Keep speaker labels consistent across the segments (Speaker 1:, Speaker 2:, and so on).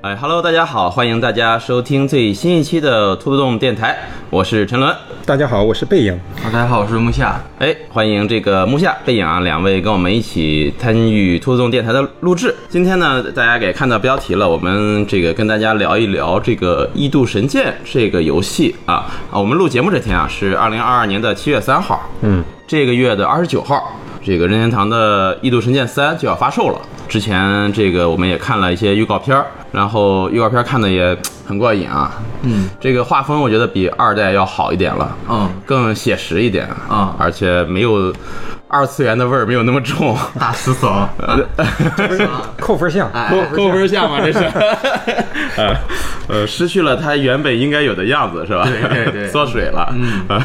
Speaker 1: 哎，Hello，大家好，欢迎大家收听最新一期的兔子洞电台，我是陈伦。
Speaker 2: 大家好，我是背影。
Speaker 3: 大家好，我是木夏。
Speaker 1: 哎，欢迎这个木夏、背影啊两位跟我们一起参与兔子洞电台的录制。今天呢，大家也看到标题了，我们这个跟大家聊一聊这个《异度神剑》这个游戏啊啊，我们录节目这天啊是二零二二年的七月三号，嗯，这个月的二十九号，这个任天堂的《异度神剑三》就要发售了。之前这个我们也看了一些预告片儿，然后预告片儿看的也很过瘾啊。嗯，这个画风我觉得比二代要好一点了，
Speaker 3: 嗯，
Speaker 1: 更写实一点
Speaker 3: 嗯
Speaker 1: 而且没有二次元的味儿没有那么重。
Speaker 3: 大师嫂，
Speaker 2: 扣分项，
Speaker 3: 哎
Speaker 1: 扣扣分项嘛，这是，呃呃，失去了它原本应该有的样子，是吧？
Speaker 3: 对对对
Speaker 1: 缩水了。嗯，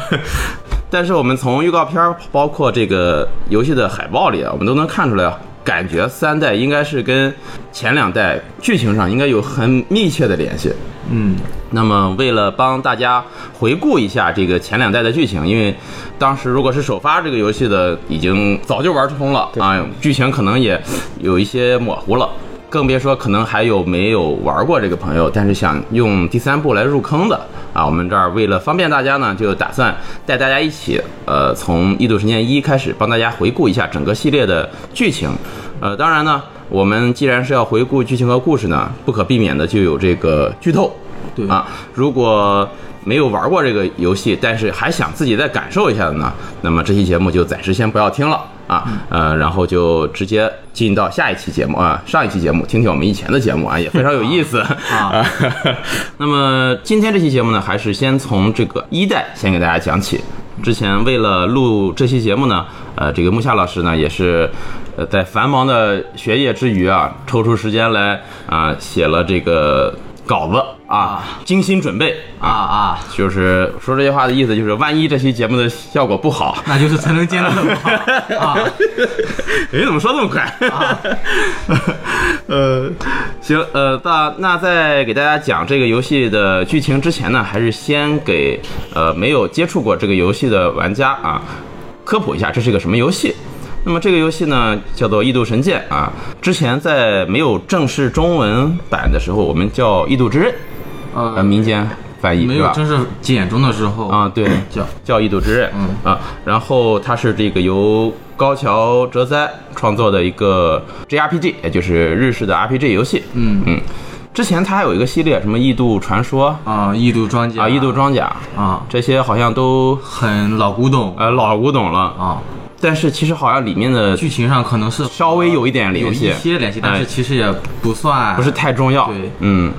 Speaker 1: 但是我们从预告片儿，包括这个游戏的海报里啊，我们都能看出来，感觉三代应该是跟前两代剧情上应该有很密切的联系。
Speaker 3: 嗯，
Speaker 1: 那么，为了帮大家回顾一下这个前两代的剧情，因为当时如果是首发这个游戏的，已经早就玩通了啊，剧情可能也有一些模糊了，更别说可能还有没有玩过这个朋友，但是想用第三部来入坑的啊，我们这儿为了方便大家呢，就打算带大家一起，呃，从《异度神剑一》开始帮大家回顾一下整个系列的剧情，呃，当然呢。我们既然是要回顾剧情和故事呢，不可避免的就有这个剧透，
Speaker 3: 对
Speaker 1: 啊，如果没有玩过这个游戏，但是还想自己再感受一下的呢，那么这期节目就暂时先不要听了啊，呃，然后就直接进到下一期节目啊，上一期节目，听听我们以前的节目啊，也非常有意思啊。 那么今天这期节目呢，还是先从这个一代先给大家讲起。之前为了录这期节目呢，呃，这个木夏老师呢也是，呃，在繁忙的学业之余啊，抽出时间来啊、写了这个稿子啊
Speaker 3: 啊，
Speaker 1: 精心准备啊。
Speaker 3: 啊啊，
Speaker 1: 就是说这些话的意思，就是万一这期节目的效果不好，
Speaker 3: 那就是陈龙见的冷 话啊，
Speaker 1: 哎，怎么说这么快？ 呃，行，呃，那那在给大家讲这个游戏的剧情之前呢，还是先给呃没有接触过这个游戏的玩家啊科普一下这是个什么游戏。那么这个游戏呢，叫做《异度神剑》啊。之前在没有正式中文版的时候，我们叫《异度之刃》，呃，
Speaker 3: 呃，
Speaker 1: 民间翻译
Speaker 3: 没
Speaker 1: 对吧
Speaker 3: 有正式简中的时候
Speaker 1: 啊，，对，
Speaker 3: 叫
Speaker 1: 叫《异度之刃》
Speaker 3: 嗯
Speaker 1: 啊，然后它是这个由高桥哲哉创作的一个 JRPG，也就是日式的 RPG 游戏。
Speaker 3: 嗯
Speaker 1: 嗯，之前它还有一个系列，什么《异度传说》
Speaker 3: 啊，异度庄家
Speaker 1: 啊，《异度装甲》
Speaker 3: 啊，
Speaker 1: 这些好像都
Speaker 3: 很老古董
Speaker 1: 呃老古董了，
Speaker 3: 啊，
Speaker 1: 但是其实好像里面的
Speaker 3: 剧情上可能是
Speaker 1: 稍微有一点
Speaker 3: 有
Speaker 1: 联
Speaker 3: 一
Speaker 1: 系，
Speaker 3: 些联系，但
Speaker 1: 哎
Speaker 3: 是其实也不算
Speaker 1: 不是太重要。
Speaker 3: 对
Speaker 1: 嗯，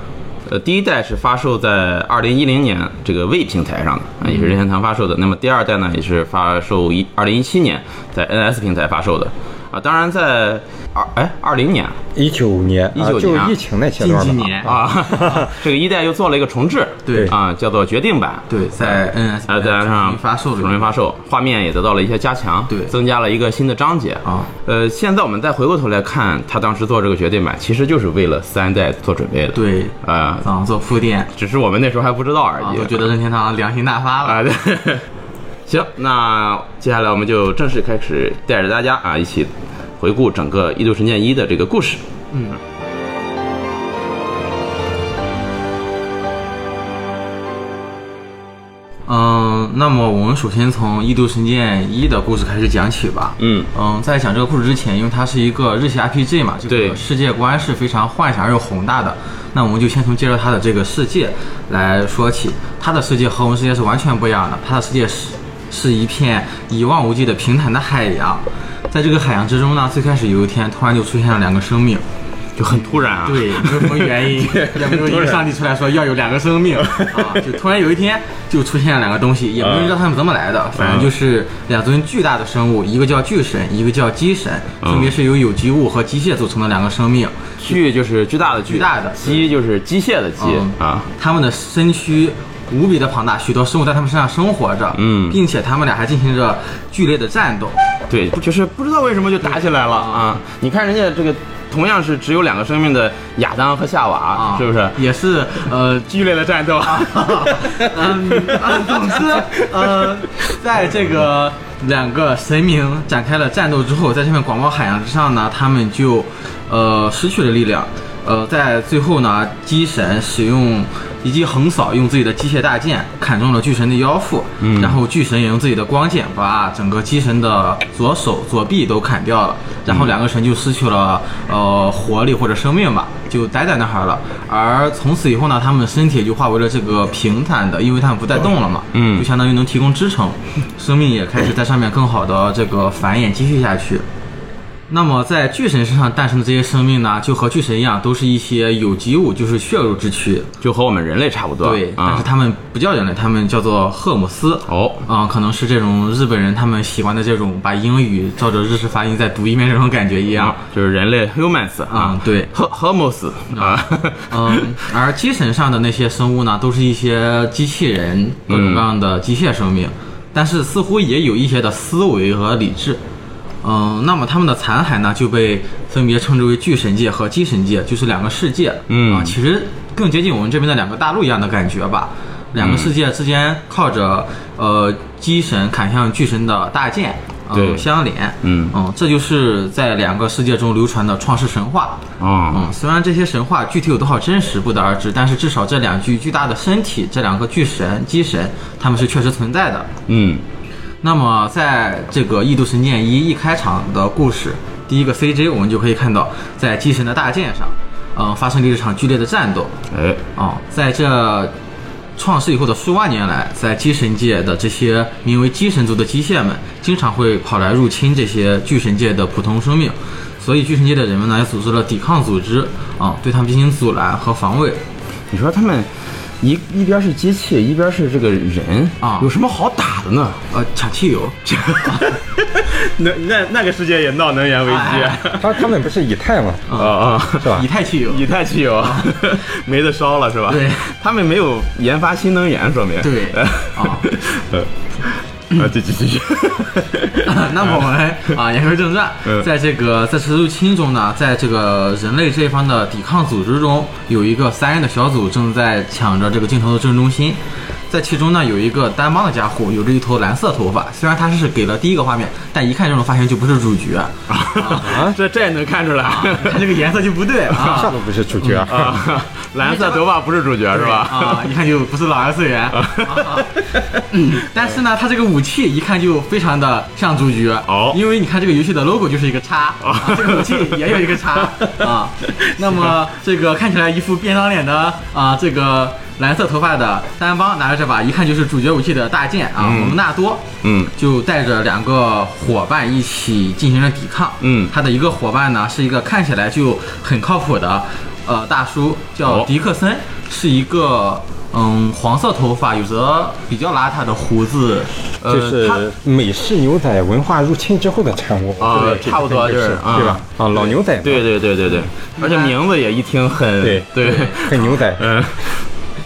Speaker 1: 呃，第一代是发售在二零一零年这个 V 平台上的，
Speaker 3: 嗯
Speaker 1: 啊也是任天堂发售的。那么第二代呢，也是发售一二零一七年在 NS 平台发售的。啊，当然在二哎二零年
Speaker 2: 一九年，
Speaker 1: 19
Speaker 2: 啊
Speaker 1: 年啊
Speaker 2: 就疫情那前
Speaker 3: 近
Speaker 2: 段
Speaker 3: 几
Speaker 2: 吧。
Speaker 3: 年，
Speaker 1: 啊， 这个一代又做了一个重置，
Speaker 3: 哎对
Speaker 1: 啊，叫做决定版，
Speaker 3: 对，在 NS
Speaker 1: 呃，再加上
Speaker 3: 发售
Speaker 1: 重新
Speaker 3: 了
Speaker 1: 发售，画面也得到了一些加强，
Speaker 3: 对
Speaker 1: 增加了一个新的章节
Speaker 3: 啊。
Speaker 1: 呃，现在我们再回过头来看，他当时做这个决定版，其实就是为了三代做准备的，，
Speaker 3: 对，
Speaker 1: 啊、
Speaker 3: 啊，做铺垫，
Speaker 1: 只是我们那时候还不知道而
Speaker 3: 啊，
Speaker 1: 已。
Speaker 3: 我觉得任天堂良心大发了
Speaker 1: 啊，对。行，那接下来我们就正式开始，带着大家啊一起回顾整个《异度神剑一》的这个故事。
Speaker 3: 嗯，那么我们首先从《异度神剑一》的故事开始讲起吧。
Speaker 1: 嗯
Speaker 3: 嗯，在讲这个故事之前，因为它是一个日系 RPG 嘛，这
Speaker 1: 对
Speaker 3: 个世界观是非常幻想又宏大的。那我们就先从介绍它的这个世界来说起。它的世界和我们世界是完全不一样的，它的世界是是一片一望无际的平坦的海洋。在这个海洋之中呢，最开始有一天突然就出现了两个生命，
Speaker 1: 就很突然啊。
Speaker 3: 对，没有什么原 因，也没有一个上帝出来说要有两个生命啊，就突然有一天就出现了两个东西，也不知道他们怎么
Speaker 1: 嗯
Speaker 3: 来的，反正就是两尊巨大的生物，一个叫巨神，一个叫机神，
Speaker 1: 嗯
Speaker 3: 分别是由有机物和机械组成的两个生命。
Speaker 1: 巨就是巨大的巨，
Speaker 3: 巨大的
Speaker 1: 机就是机械的机、
Speaker 3: 嗯
Speaker 1: 啊。
Speaker 3: 他们的身躯无比的庞大，许多生物在他们身上生活着，
Speaker 1: 嗯
Speaker 3: 并且他们俩还进行着剧烈的战斗。
Speaker 1: 对，就是不知道为什么就打起来了啊！你看人家这个同样是只有两个生命的亚当和夏娃，
Speaker 3: 啊，
Speaker 1: 是不是？
Speaker 3: 也是呃，
Speaker 1: 剧烈的战斗，
Speaker 3: 嗯，呃总之，呃，在这个两个神明展开了战斗之后，在这片广袤海洋之上呢，他们就呃失去了力量。呃，在最后呢，机神使用一记横扫，用自己的机械大剑砍中了巨神的腰腹，嗯、然后巨神也用自己的光剑把整个机神的左手、左臂都砍掉了，然后两个神就失去了呃活力或者生命吧，就待在那儿了。而从此以后呢，他们身体就化为了这个平坦的，因为他们不带动了嘛，
Speaker 1: 嗯
Speaker 3: 就相当于能提供支撑，生命也开始在上面更好的这个繁衍继续下去。那么在巨神身上诞生的这些生命呢，就和巨神一样，都是一些有机物，就是血肉之躯。
Speaker 1: 就和我们人类差不多。
Speaker 3: 对，但
Speaker 1: 啊
Speaker 3: 是、他们不叫人类，他们叫做赫姆斯。
Speaker 1: 哦，
Speaker 3: 啊、可能是这种日本人他们喜欢的这种把英语照着日式发音再读一遍这种感觉一样。
Speaker 1: 就是人类 humans
Speaker 3: 啊
Speaker 1: 啊，
Speaker 3: 对
Speaker 1: ，h homos 啊，
Speaker 3: 嗯，而机神上的那些生物呢，都是一些机器人，各种各样的机械生命，但是似乎也有一些的思维和理智。嗯，那么他们的残骸呢，就被分别称之为巨神界和机神界，就是两个世界。
Speaker 1: 嗯
Speaker 3: 啊，其实更接近我们这边的两个大陆一样的感觉吧。两个世界之间靠着呃机神砍向巨神的大剑，嗯、
Speaker 1: 对
Speaker 3: 相连。
Speaker 1: 嗯
Speaker 3: 嗯，这就是在两个世界中流传的创世神话。
Speaker 1: 哦，
Speaker 3: 嗯，虽然这些神话具体有多少真实不得而知，但是至少这两具巨大的身体，这两个巨神、机神，他们是确实存在的。
Speaker 1: 嗯，
Speaker 3: 那么，在这个《异度神剑一》一开场的故事，第一个 CJ 我们就可以看到，在机神的大剑上，嗯、发生了一场剧烈的战斗。
Speaker 1: 哎，
Speaker 3: 啊、在这创世以后的数万年来，在机神界的这些名为机神族的机械们，经常会跑来入侵这些巨神界的普通生命，所以巨神界的人们呢，也组织了抵抗组织啊、对他们进行阻拦和防卫。
Speaker 1: 你说他们一一边是机器，一边是这个人
Speaker 3: 啊
Speaker 1: 有什么好打的呢？
Speaker 3: 呃，抢汽油，
Speaker 1: 那那那个世界也闹能源危 机
Speaker 2: 他他们不是以太吗？
Speaker 1: 哎啊啊！
Speaker 2: 是吧
Speaker 3: 以？太汽油，
Speaker 1: 以太汽油 没得烧了是吧？
Speaker 3: 对，
Speaker 1: 他们没有研发新能源，说明
Speaker 3: 对啊
Speaker 1: 呃，啊，继续继续，
Speaker 3: 那么我们啊，言归正传
Speaker 1: 嗯，
Speaker 3: 在这个在次入侵中呢，在这个人类这一方的抵抗组织中，有一个三人的小组正在抢着这个镜头的正中心。在其中呢，有一个单帮的家伙，有着一头蓝色头发。虽然他是给了第一个画面，但一看这种发型就不是主角，
Speaker 1: 这这也能看出来
Speaker 3: 他这个颜色就不对 啊。
Speaker 2: 上头不是主角啊，
Speaker 1: 啊，蓝色头发不是主角是吧？
Speaker 3: 啊，一看就不是老二次元。啊嗯，但是呢，他这个武器一看就非常的像主角
Speaker 1: 哦
Speaker 3: 因为你看这个游戏的 logo 就是一个叉，啊这个武器也有一个叉 啊。那么这个看起来一副便当脸的啊，这个蓝色头发的单帮拿着这把一看就是主角武器的大剑啊，蒙纳多，
Speaker 1: 嗯
Speaker 3: 就带着两个伙伴一起进行了抵抗。
Speaker 1: 嗯
Speaker 3: 他的一个伙伴呢是一个看起来就很靠谱的，呃，大叔叫
Speaker 1: 哦
Speaker 3: 迪克森，是一个嗯黄色头发，有着比较邋遢的胡子，呃，
Speaker 2: 就是
Speaker 3: 他
Speaker 2: 美式牛仔文化入侵之后的产物
Speaker 1: 啊
Speaker 2: 对这个
Speaker 1: 差不多就是啊
Speaker 2: 对吧？啊，老牛仔嘛，
Speaker 1: 对对对对对，而且名字也一听很
Speaker 2: 对
Speaker 1: 对，
Speaker 2: 很牛仔，
Speaker 1: 嗯，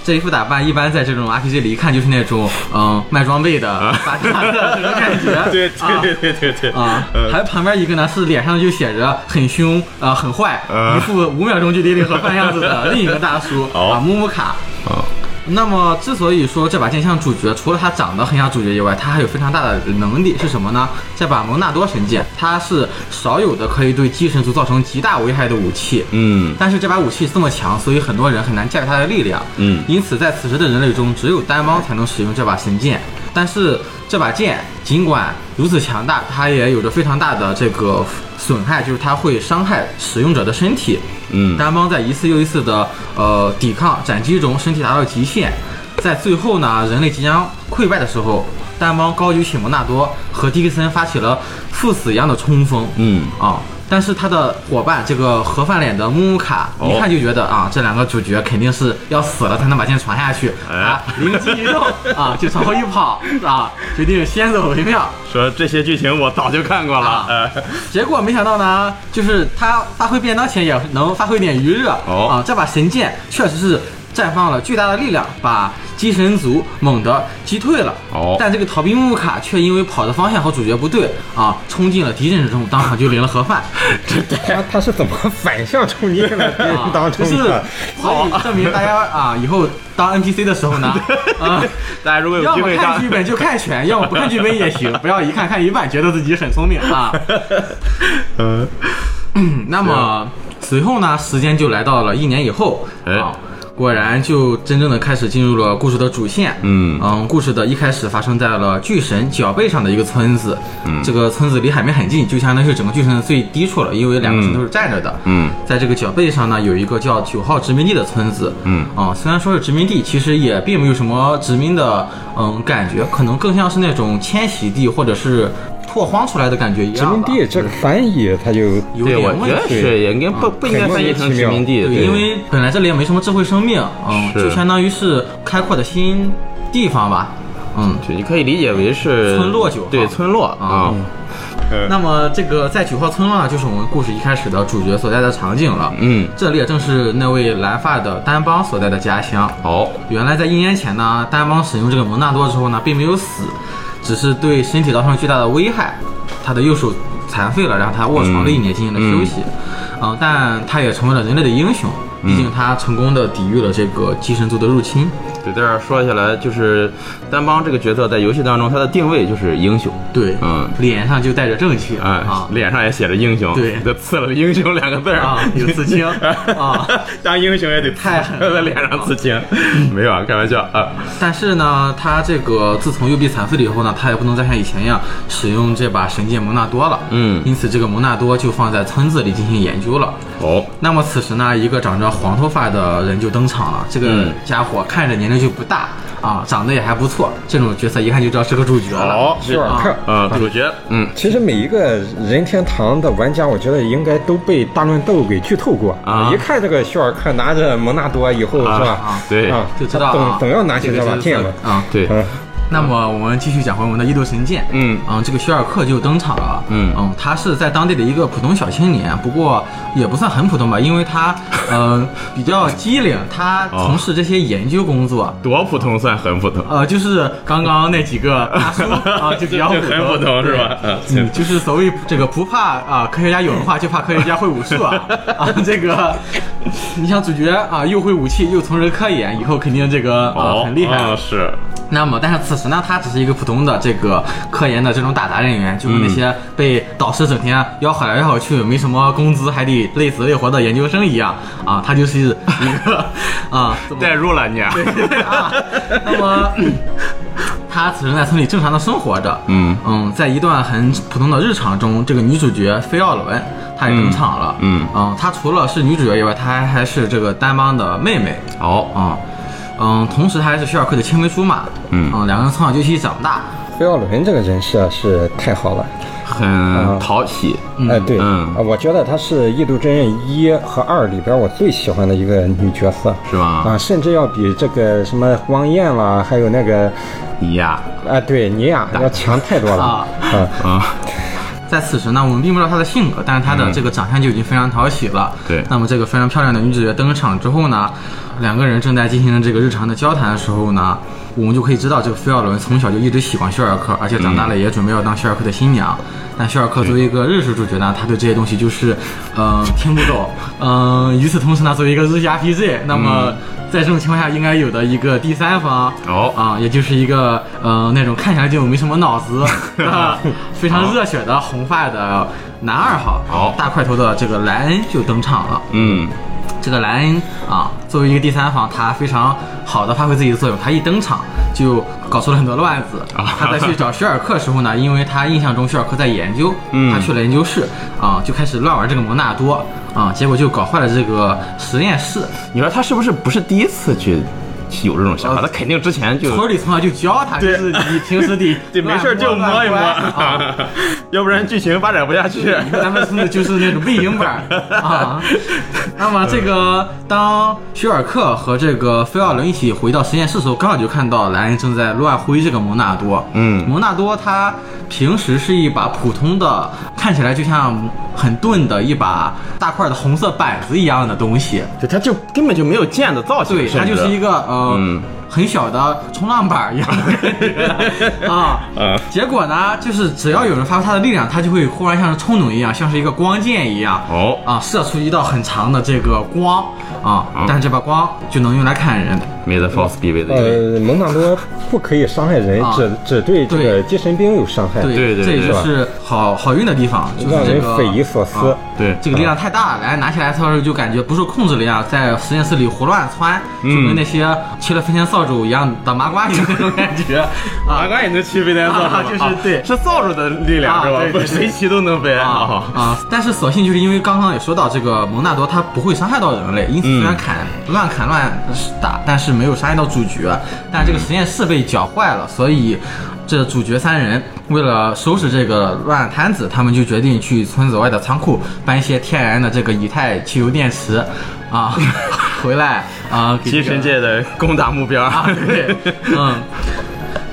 Speaker 3: 这一副打扮一般在这种 RPG 里一看就是那种嗯卖装备的发 达的这种感觉，
Speaker 1: 对
Speaker 3: 啊
Speaker 1: 对对对呃对
Speaker 3: 啊，还有旁边一个呢是脸上就写着很凶呃很坏，
Speaker 1: 嗯
Speaker 3: 一副五秒钟就得领盒饭样子的另一个大叔
Speaker 1: 哦
Speaker 3: 啊木木卡。
Speaker 1: 哦
Speaker 3: 那么，之所以说这把剑像主角，除了它长得很像主角以外，它还有非常大的能力是什么呢？这把蒙纳多神剑，它是少有的可以对机神族造成极大危害的武器。
Speaker 1: 嗯
Speaker 3: 但是这把武器这么强，所以很多人很难驾驭它的力量。
Speaker 1: 嗯
Speaker 3: 因此在此时的人类中，只有单帮才能使用这把神剑。但是这把剑尽管如此强大，它也有着非常大的这个损害，就是它会伤害使用者的身体。
Speaker 1: 嗯
Speaker 3: 单帮在一次又一次的呃抵抗斩击中，身体达到极限，在最后呢，人类即将溃败的时候，单帮高举起蒙纳多和迪克森发起了赴死一样的冲锋。
Speaker 1: 嗯
Speaker 3: 啊，但是他的伙伴这个盒饭脸的木木卡，
Speaker 1: 哦
Speaker 3: 一看就觉得啊，这两个主角肯定是要死了才能把剑传下去
Speaker 1: 哎
Speaker 3: 啊，灵机一动啊，就朝后一跑啊，决定先走为妙。
Speaker 1: 说这些剧情我早就看过了
Speaker 3: 啊，
Speaker 1: 呃，
Speaker 3: 结果没想到呢，就是他发挥便当前也能发挥点余热、
Speaker 1: 哦
Speaker 3: 啊！这把神剑确实是绽放了巨大的力量，把机神族猛地击退了。
Speaker 1: 哦
Speaker 3: 但这个逃兵木卡却因为跑的方向和主角不对啊，冲进了敌阵之中，当场就领了盒 饭。
Speaker 2: 他他是怎么反向冲进来
Speaker 3: 啊
Speaker 2: 的？ 当
Speaker 3: 就
Speaker 2: 冲
Speaker 3: 是
Speaker 2: 进来，
Speaker 3: 所以证明大家啊，以后当 NPC 的时候呢，啊，
Speaker 1: 大家如果有
Speaker 3: 要
Speaker 1: 机
Speaker 3: 么
Speaker 1: 会
Speaker 3: 看
Speaker 1: 当
Speaker 3: 剧本就看全，要么不看剧本也行，不要一看看一半，觉得自己很聪明啊。嗯，那么。随后呢，时间就来到了一年以后
Speaker 1: 哎
Speaker 3: 啊，果然就真正的开始进入了故事的主线。
Speaker 1: 嗯
Speaker 3: 故事的一开始发生在了巨神脚背上的一个村子。嗯，这个村子离海面很近，就相当于是整个巨神的最低处了，因为两个神都是站着的。
Speaker 1: 嗯
Speaker 3: 在这个脚背上呢，有一个叫九号殖民地的村子。
Speaker 1: 嗯
Speaker 3: 啊，虽然说是殖民地，其实也并没有什么殖民的嗯感觉，可能更像是那种迁徙地或者是拓荒出来的感觉一
Speaker 2: 殖
Speaker 3: 样
Speaker 2: 民
Speaker 3: 吧。
Speaker 2: 地这个翻译，它就
Speaker 3: 有
Speaker 1: 对，我
Speaker 3: 点
Speaker 1: 觉
Speaker 3: 问题
Speaker 1: 得。是也应该不不应该翻译成殖民地，
Speaker 3: 对，因为本来这里也没什么智慧生命，嗯，
Speaker 1: 是
Speaker 3: 就相当于是开阔的新地方吧，嗯。
Speaker 1: 对你可以理解为是
Speaker 3: 村落九号
Speaker 1: 对村落啊，
Speaker 3: 那么这个在九号村落呢，就是我们故事一开始的主角所在的场景了，
Speaker 1: 嗯，
Speaker 3: 这里也正是那位蓝发的丹邦所在的家乡。
Speaker 1: 好，
Speaker 3: 原来在一年前呢，丹邦使用这个蒙纳多之后呢，并没有死，只是对身体造成了巨大的危害，他的右手残废了，然后他卧床了一年进行了休息。嗯，但他也成为了人类的英雄，毕
Speaker 1: 嗯
Speaker 3: 竟他成功的抵御了这个寄生族的入侵。
Speaker 1: 对，在这儿说起来，就是丹邦这个角色在游戏当中，他的定位就是英雄，
Speaker 3: 对，
Speaker 1: 嗯
Speaker 3: 脸上就带着正气
Speaker 1: 哎
Speaker 3: 啊，，
Speaker 1: 脸上也写着英雄，
Speaker 3: 对
Speaker 1: 这刺了“英雄”两个字儿
Speaker 3: 啊有 刺青啊，
Speaker 1: 当英雄也得刺
Speaker 3: 太狠 了
Speaker 1: 在脸上刺青，没有啊，开玩笑啊，
Speaker 3: 但是呢，他这个自从右臂残废了以后呢，他也不能再像以前一样使用这把神剑蒙纳多了。
Speaker 1: 嗯
Speaker 3: 因此这个蒙纳多就放在村子里进行研究了。
Speaker 1: 哦，
Speaker 3: 那么此时呢，一个长着黄头发的人就登场了。这个
Speaker 1: 嗯
Speaker 3: 家伙看着年龄就不大啊，长得也还不错，这种角色一看就知道是个主角了。
Speaker 1: 好，
Speaker 2: 是吧？
Speaker 1: 啊嗯，主角，嗯
Speaker 2: 其实每一个任天堂的玩家，我觉得应该都被大乱斗给剧透过
Speaker 1: 啊
Speaker 2: 一看这个肖尔克拿着蒙纳多以后，是吧
Speaker 1: 啊？对
Speaker 2: 啊
Speaker 3: 就知道
Speaker 2: 他
Speaker 3: 啊
Speaker 2: 总总要拿起
Speaker 3: 这
Speaker 2: 这
Speaker 3: 个
Speaker 2: 把
Speaker 3: 角色
Speaker 2: 剑了。
Speaker 3: 啊。
Speaker 1: 对，
Speaker 2: 嗯，
Speaker 3: 那么我们继续讲回我们的《异度神剑》。
Speaker 1: 嗯
Speaker 3: 嗯，这个徐尔克就登场了。
Speaker 1: 嗯
Speaker 3: 嗯，他是在当地的一个普通小青年，不过也不算很普通吧，因为他呃比较机灵，他
Speaker 1: 哦
Speaker 3: 从事这些研究工作。
Speaker 1: 多普通算很普通，
Speaker 3: 呃，就是刚刚那几个 大叔啊，就比较
Speaker 1: 就很普通是吧？嗯
Speaker 3: 嗯，就是所谓这个不怕啊，科学家有文化，就怕科学家会武术 啊啊！这个，你像主角啊，又会武器，又从事科研，以后肯定这个啊
Speaker 1: 哦，
Speaker 3: 很厉害。
Speaker 1: 啊是，
Speaker 3: 那么，但是此时呢，他只是一个普通的这个科研的这种打杂人员，就跟那些被导师整天吆喝来吆喝去，没什么工资还得累死累活的研究生一样啊，他就是一个 啊，怎么
Speaker 1: 代入了你啊，
Speaker 3: 啊，那么。嗯他此时在村里正常的生活着，
Speaker 1: 嗯
Speaker 3: 嗯，在一段很普通的日常中，这个女主角菲奥伦她也登场了，
Speaker 1: 嗯
Speaker 3: 嗯，她除了是女主角以外，她还还是这个丹邦的妹妹，
Speaker 1: 好，
Speaker 3: 啊，嗯，同时还是徐尔克的青梅竹马，
Speaker 1: 嗯
Speaker 3: 两个人从小就一起长大，
Speaker 2: 菲奥伦这个人设是太好了，
Speaker 1: 很讨喜，
Speaker 2: 哎，对，
Speaker 1: 啊嗯
Speaker 2: 啊我觉得她是《异度真人一》和二里边我最喜欢的一个女角色，
Speaker 1: 是吧？
Speaker 2: 啊，甚至要比这个什么汪燕啦，还有那个
Speaker 1: 你呀，
Speaker 2: 啊，对尼亚要强太多了
Speaker 3: 啊
Speaker 2: 嗯
Speaker 1: 啊，
Speaker 3: 在此时呢，我们并不知道她的性格，但是她的这个长相就已经非常讨喜了。
Speaker 1: 嗯对
Speaker 3: 那么这个非常漂亮的女主角登场之后呢，两个人正在进行这个日常的交谈的时候呢，我们就可以知道这个菲奥伦从小就一直喜欢薛尔克，而且长大
Speaker 1: 嗯
Speaker 3: 了也准备要当薛尔克的新娘。但薛尔克作为一个日式主角呢，他对这些东西就是，呃，听不懂。嗯、与此同时呢，作为一个日系 RPG，那么在这种情况下，应该有的一个第三方，
Speaker 1: 嗯哦
Speaker 3: 啊，也就是一个呃那种看起来就没什么脑 子、啊 非常热血的红发的男二号，
Speaker 1: 好
Speaker 3: 大块头的这个莱恩就登场了。
Speaker 1: 嗯，
Speaker 3: 这个莱恩啊，作为一个第三方，他非常好的发挥自己的作用。他一登场就搞出了很多乱子。
Speaker 1: 啊
Speaker 3: 他在去找薛尔克时候呢，因为他印象中薛尔克在研究，
Speaker 1: 嗯
Speaker 3: 他去了研究室啊，就开始乱玩这个蒙纳多啊，结果就搞坏了这个实验室。
Speaker 1: 你说他是不是不是第一次去有这种想法？他肯定之前就
Speaker 3: 村里从小就教他，就是你平时得
Speaker 1: 对，没事儿就摸
Speaker 3: 乱
Speaker 1: 一摸，
Speaker 3: 乱 啊。
Speaker 1: 要不然剧情发展不下 去。
Speaker 3: 因为咱们村子就是那种背影 板儿啊。那么这个当徐尔克和这个菲奥伦一起回到实验室的时候，刚好就看到莱恩正在乱挥这个蒙纳多。
Speaker 1: 嗯
Speaker 3: 蒙纳多它平时是一把普通的，看起来就像很钝的一把大块的红色板子一样的东西。
Speaker 1: 对，他就根本就没有剑的造型，
Speaker 3: 对，它
Speaker 1: 甚至
Speaker 3: 就是一个呃、
Speaker 1: 嗯
Speaker 3: 很小的冲浪板儿一样 的啊。
Speaker 1: 嗯
Speaker 3: 结果呢，就是只要有人发挥他的力量，他就会忽然像是冲动一样，像是一个光剑一样，
Speaker 1: 哦
Speaker 3: 啊，射出一道很长的这个光啊
Speaker 1: 嗯，
Speaker 3: 但是这把光就能用来砍人。
Speaker 1: 梅德 f o r c e 必备的一个。
Speaker 2: 呃，蒙塔多不可以伤害人，
Speaker 3: 啊
Speaker 2: 只只对这个
Speaker 3: 对
Speaker 2: 精神病有伤害，
Speaker 1: 对对
Speaker 3: 这也
Speaker 1: 对
Speaker 3: 就是好好运的地方，就是
Speaker 2: 让
Speaker 3: 这
Speaker 2: 人
Speaker 3: 个
Speaker 2: 匪夷所思
Speaker 3: 啊。
Speaker 1: 对，
Speaker 3: 这个力量太大了，来哎拿起来的时候就感觉不受控制了一样，在实验室里胡乱窜，
Speaker 1: 嗯
Speaker 3: 就跟那些切了飞天扫帚一样打麻瓜一样那种感觉啊
Speaker 1: 马怪也能骑飞天扫帚吗
Speaker 3: 啊，就是
Speaker 1: 啊
Speaker 3: 对
Speaker 1: 是扫帚的力量
Speaker 3: 啊
Speaker 1: 是吧
Speaker 3: 对？
Speaker 1: 不
Speaker 3: 对
Speaker 1: 是
Speaker 3: 对
Speaker 1: 谁骑都能飞
Speaker 3: 啊
Speaker 1: 啊。
Speaker 3: 啊！但是所幸就是因为刚刚也说到这个蒙纳多他不会伤害到人类，因此虽然砍、乱砍乱打，但是没有伤害到主角。但这个实验室被搅坏了，所以这主角三人为了收拾这个乱摊子，他们就决定去村子外的仓库搬一些天然的这个以太汽油电池啊回来啊， 给这
Speaker 1: 精
Speaker 3: 个
Speaker 1: 神界的攻打目标
Speaker 3: 啊，对， 嗯。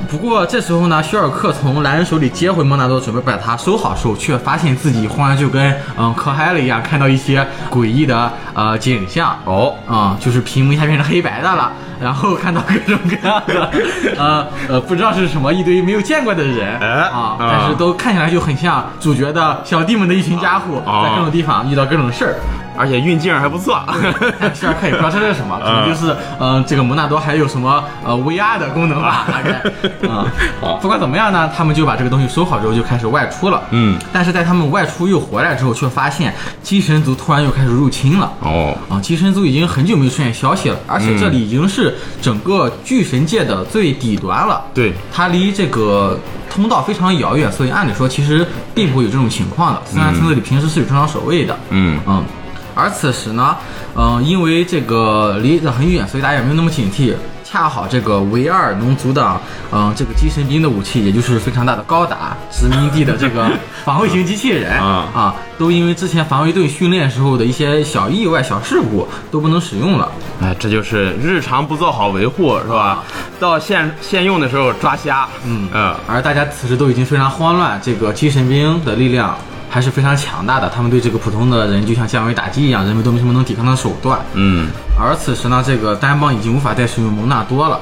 Speaker 3: 不过这时候呢，休尔克从男人手里接回蒙纳多，准备把它收好时候，却发现自己忽然就跟嗯可嗨了一样，看到一些诡异的呃景象。
Speaker 1: 哦，
Speaker 3: 啊、就是屏幕一下变成黑白的了，然后看到各种各样的， 呃呃，不知道是什么一堆没有见过的人
Speaker 1: 哎
Speaker 3: 啊、
Speaker 1: 啊
Speaker 3: 但是都看起来就很像主角的小弟们的一群家伙，
Speaker 1: 啊
Speaker 3: 在各种地方遇到各种事儿。
Speaker 1: 而且运镜还不错。啊
Speaker 3: 希尔克也不知道这哎是什么，可能就是嗯、呃这个蒙纳多还有什么呃 VR 的功能 吧，大概啊
Speaker 1: 好。
Speaker 3: 不管怎么样呢，他们就把这个东西收好之后就开始外出了。
Speaker 1: 嗯，
Speaker 3: 但是在他们外出又回来之后，却发现机神族突然又开始入侵了。
Speaker 1: 哦，
Speaker 3: 啊，寄生族已经很久没有出现消息了，而且这里已经是整个巨神界的最底端了。
Speaker 1: 对
Speaker 3: 它离这个通道非常遥远，所以按理说其实并不会有这种情况的。虽然村子里平时是有正常守卫的，
Speaker 1: 嗯
Speaker 3: 嗯。而此时呢，嗯、因为这个离得很远，所以大家也没有那么警惕。恰好这个维二能阻挡，嗯、这个机神兵的武器，也就是非常大的高达殖民地的这个防卫型机器人
Speaker 1: 啊
Speaker 3: 啊，都因为之前防卫队训练时候的一些小意外、小事故都不能使用了。
Speaker 1: 哎，这就是日常不做好维护是吧？到现现用的时候抓瞎。嗯嗯，
Speaker 3: 而大家此时都已经非常慌乱，这个机神兵的力量还是非常强大的，他们对这个普通的人就像降维打击一样，人们都没什么能抵抗的手段。
Speaker 1: 嗯，
Speaker 3: 而此时呢，这个单帮已经无法再使用蒙纳多了。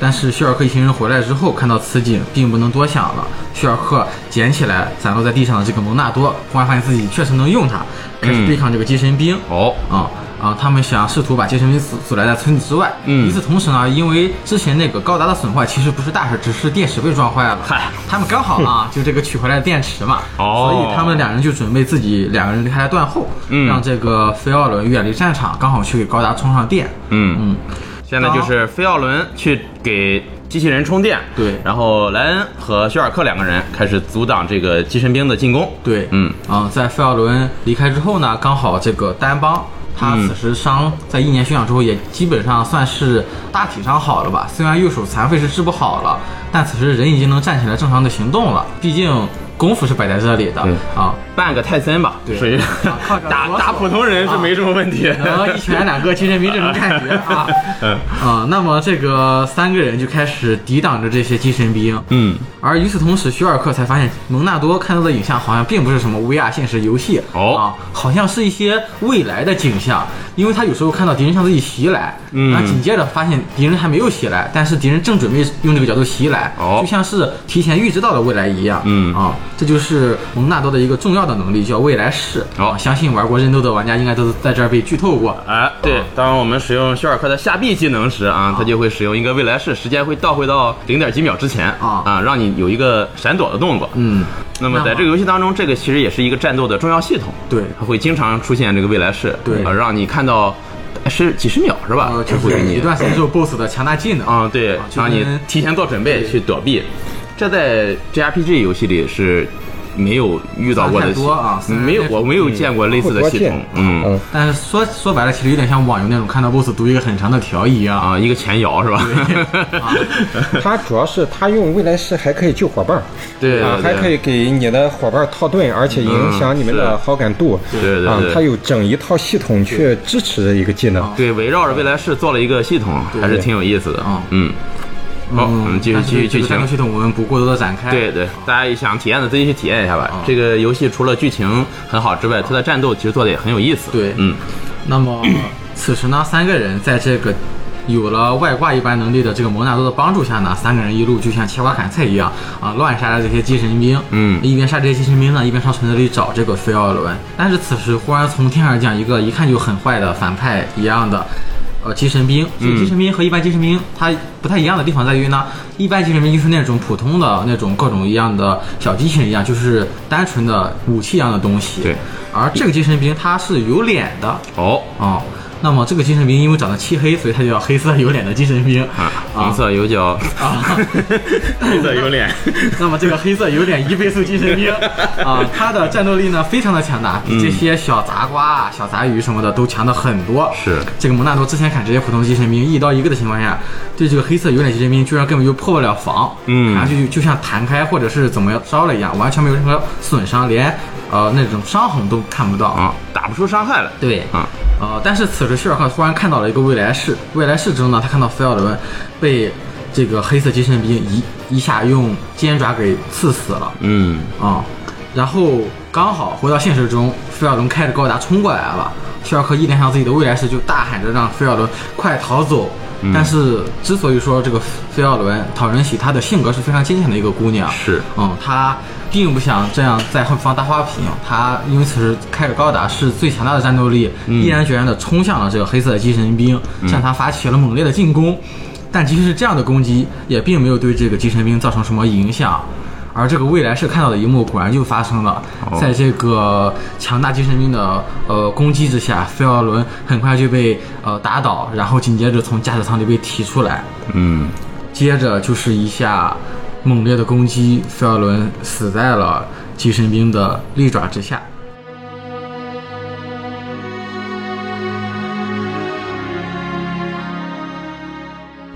Speaker 3: 但是希尔克一行人回来之后，看到此景，并不能多想了。希尔克捡起来散落在地上的这个蒙纳多，忽然发现自己确实能用它，开始对抗这个机神兵。
Speaker 1: 嗯哦，
Speaker 3: 啊啊！他们想试图把接神兵阻阻拦在村子之外。
Speaker 1: 嗯
Speaker 3: 与此同时呢，因为之前那个高达的损坏其实不是大事，只是电池被撞坏了。
Speaker 1: 嗨，
Speaker 3: 他们刚好啊，就这个取回来的电池嘛。
Speaker 1: 哦
Speaker 3: 所以他们两人就准备自己两个人离开断后，
Speaker 1: 嗯
Speaker 3: 让这个菲奥伦远离战场，刚好去给高达充上电。
Speaker 1: 嗯
Speaker 3: 嗯，
Speaker 1: 现在就是菲奥伦去给机器人充电，
Speaker 3: 对
Speaker 1: 然后莱恩和休尔克两个人开始阻挡这个机神兵的进攻。
Speaker 3: 对，
Speaker 1: 嗯
Speaker 3: 啊、在费奥伦离开之后呢，刚好这个丹邦。他
Speaker 1: 嗯
Speaker 3: 此时伤在一年休养之后，也基本上算是大体上好了吧。虽然右手残废是治不好了，但此时人已经能站起来正常的行动了。毕竟功夫是摆在这里的
Speaker 1: 对
Speaker 3: 啊，
Speaker 1: 半个泰森吧，
Speaker 3: 对
Speaker 1: 属于
Speaker 3: 啊靠 着
Speaker 1: 打
Speaker 3: 左手啊
Speaker 1: 打普通人是没什么问题。
Speaker 3: 然后一拳两个精神病这种感觉啊
Speaker 1: 嗯
Speaker 3: 啊。那么这个三个人就开始抵挡着这些精神病，
Speaker 1: 嗯，
Speaker 3: 而与此同时，徐尔克才发现蒙纳多看到的影像好像并不是什么 VR 现实游戏
Speaker 1: 哦
Speaker 3: 啊，好像是一些未来的景象，因为他有时候看到敌人向自己袭来，
Speaker 1: 嗯
Speaker 3: 然后紧接着发现敌人还没有袭来，但是敌人正准备用这个角度袭来，
Speaker 1: 哦
Speaker 3: 就像是提前预知到了未来一样，
Speaker 1: 嗯
Speaker 3: 啊，这就是蒙纳多的一个重要的能力，叫未来视。
Speaker 1: 哦
Speaker 3: 啊相信玩过任斗的玩家应该都在这儿被剧透过。
Speaker 1: 哎，对，当我们使用休尔克的下臂技能时啊，他就会使用一个未来式，时间会倒回到零点几秒之前
Speaker 3: 啊
Speaker 1: 啊，让你有一个闪躲的动作。
Speaker 3: 嗯，
Speaker 1: 那么在这个游戏当中，这个其实也是一个战斗的重要系统，
Speaker 3: 对
Speaker 1: 它会经常出现这个未来式，
Speaker 3: 对
Speaker 1: 啊，让你看到哎是几十秒是吧
Speaker 3: 呃，？
Speaker 1: 它
Speaker 3: 就
Speaker 1: 会给
Speaker 3: 是一
Speaker 1: 你
Speaker 3: 段时间之后 BOSS 的强大技能。
Speaker 1: 啊，对
Speaker 3: 啊，就
Speaker 1: 让你
Speaker 3: 跟
Speaker 1: 提前做准备去躲避，这在 JRPG 游戏里是没有遇到过的
Speaker 3: 太多啊
Speaker 1: 系没有
Speaker 3: 虽然
Speaker 1: 我没有见过类似的
Speaker 2: 后
Speaker 1: 系
Speaker 2: 多
Speaker 1: 统
Speaker 2: 见，
Speaker 1: 嗯
Speaker 2: 嗯
Speaker 3: 但是说说白了，其实有点像网游那种看到 BOSS 读一个很长的条一样。
Speaker 1: 啊，一个前摇是吧？
Speaker 3: 啊
Speaker 2: 他主要是他用未来式还可以救伙伴儿，
Speaker 1: 对
Speaker 2: 啊，
Speaker 1: 对
Speaker 2: 还
Speaker 1: 对
Speaker 2: 可以给你的伙伴儿套盾，而且影响你们
Speaker 1: 嗯
Speaker 2: 的
Speaker 1: 是
Speaker 2: 好感度。
Speaker 1: 对对
Speaker 2: 啊
Speaker 1: 对，啊
Speaker 2: 他有整一套系统去支持的一个技能。
Speaker 1: 对，围绕着未来式做了一个系统，还是挺有意思的
Speaker 3: 啊。
Speaker 1: 嗯，好，我们继续
Speaker 3: 但是
Speaker 1: 继续
Speaker 3: 这
Speaker 1: 剧
Speaker 3: 个战
Speaker 1: 情
Speaker 3: 斗。系统我们不过多的展开。
Speaker 1: 对对，大家想体验的自己去体验一下吧。
Speaker 3: 啊
Speaker 1: 这个游戏除了剧情很好之外，它的战斗其实做的也很有意思。
Speaker 3: 对
Speaker 1: 嗯，
Speaker 3: 那 么此时呢，三个人在这个有了外挂一般能力的这个摩纳多的帮助下呢，三个人一路就像切瓜砍菜一样啊，乱杀了这些机神兵。
Speaker 1: 嗯
Speaker 3: 一边杀这些机神兵呢，一边上村子里找这个菲奥伦。但是此时忽然从天而降一个一看就很坏的反派一样的。呃精神兵，
Speaker 1: 嗯
Speaker 3: 所以精神兵和一般精神兵它不太一样的地方在于呢，一般精神兵就是那种普通的那种各种一样的小机器人一样，就是单纯的武器一样的东西。
Speaker 1: 对，
Speaker 3: 而这个精神兵它是有脸的，
Speaker 1: 哦，
Speaker 3: 哦，那么这个精神兵因为长得漆黑，所以它就叫黑色有脸的精神兵
Speaker 1: 啊，红色有脚，
Speaker 3: 啊。
Speaker 1: 黑色有脸，
Speaker 3: 那么这个黑色有点一倍速精神兵啊，它的战斗力呢非常的强大，比
Speaker 1: 嗯
Speaker 3: 这些小杂瓜啊、小杂鱼什么的都强的很多。
Speaker 1: 是
Speaker 3: 这个蒙纳多之前砍这些普通精神兵一刀一个的情况下，对这个黑色有点精神兵居然根本就破不了防，
Speaker 1: 嗯
Speaker 3: 然后就就像弹开或者是怎么着了一样，完全没有任何损伤，连呃那种伤痕都看不到
Speaker 1: 啊，打不出伤害来，
Speaker 3: 对，
Speaker 1: 啊，
Speaker 3: 呃，但是此时希尔克突然看到了一个未来世，未来世之中呢，他看到菲奥伦被这个黑色精神病一一下用尖爪给刺死了
Speaker 1: 嗯，
Speaker 3: 啊、然后刚好回到现实中，菲奥伦开着高达冲过来了，希尔克一连上自己的未来世，就大喊着让菲奥伦快逃走。但是，之所以说这个菲奥伦讨人喜，她的性格是非常坚强的一个姑娘，
Speaker 1: 是，
Speaker 3: 嗯，她并不想这样在后方大花瓶，她因为此时开着高达是最强大的战斗力，毅然决然地冲向了这个黑色的精神兵，向他发起了猛烈的进攻。但即使是这样的攻击，也并没有对这个精神兵造成什么影响。而这个未来是看到的一幕果然就发生了，在这个强大精神兵的呃攻击之下，菲奥伦很快就被呃打倒，然后紧接着从驾驶舱里被提出来。
Speaker 1: 嗯，
Speaker 3: 接着就是一下猛烈的攻击，菲尔伦死在了寄生兵的利爪之下。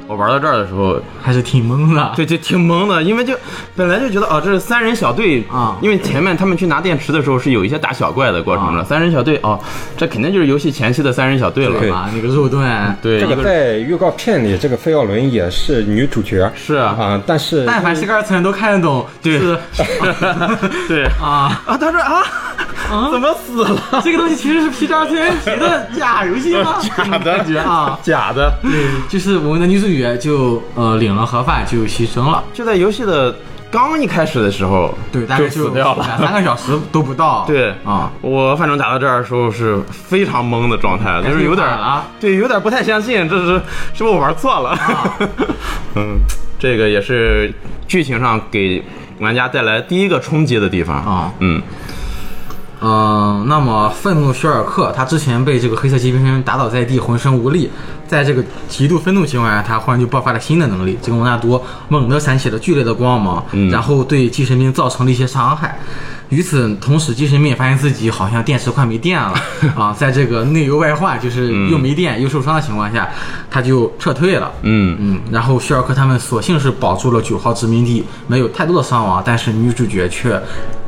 Speaker 1: 我玩到这儿的时候，
Speaker 3: 还是挺懵的，
Speaker 1: 对，就挺萌的，因为就本来就觉得哦，这是三人小队
Speaker 3: 啊
Speaker 1: 因为前面他们去拿电池的时候是有一些打小怪的过程的，三人小队哦，这肯定就是游戏前期的三人小队了，
Speaker 2: 对
Speaker 3: 啊，那个肉盾，
Speaker 1: 对，
Speaker 2: 这
Speaker 1: 一
Speaker 2: 个在预告片里，这个费奥伦也是女主角
Speaker 1: 是啊，
Speaker 2: 啊，但是
Speaker 3: 但凡是个二次元都看得懂，
Speaker 1: 对
Speaker 3: 是
Speaker 1: 对
Speaker 3: 啊，
Speaker 1: 啊，他说啊，怎么死了？
Speaker 3: 这个东西其实是披着二次元皮的假游戏吗？假
Speaker 1: 的
Speaker 3: 感觉啊，
Speaker 1: 假的，
Speaker 3: 就是我们的女主角就呃领了盒饭就牺牲了。
Speaker 1: 就在游戏的刚一开始的时候，
Speaker 3: 对，大
Speaker 1: 就
Speaker 3: 概就
Speaker 1: 死掉了
Speaker 3: 两三个小时都不到。
Speaker 1: 对
Speaker 3: 啊，
Speaker 1: 我反正打到这儿的时候是非常懵的状态，就是有点
Speaker 3: 该退款了啊
Speaker 1: 对，有点不太相信，这是是不是我玩错了？ 嗯，这个也是剧情上给玩家带来第一个冲击的地方
Speaker 3: 啊
Speaker 1: 嗯，
Speaker 3: 嗯，那么愤怒希尔克他之前被这个黑色骑兵打倒在地，浑身无力，在这个极度愤怒情况下，他忽然就爆发了新的能力，这个蒙纳多猛地闪起了剧烈的光芒，
Speaker 1: 嗯
Speaker 3: 然后对寄生兵造成了一些伤害。与此同时，寄生兵也发现自己好像电池快没电 了啊，在这个内忧外患，就是又没电又受伤的情况下，他就撤退了。
Speaker 1: 嗯
Speaker 3: 嗯，然后希尔克他们所幸是保住了九号殖民地，没有太多的伤亡，但是女主角却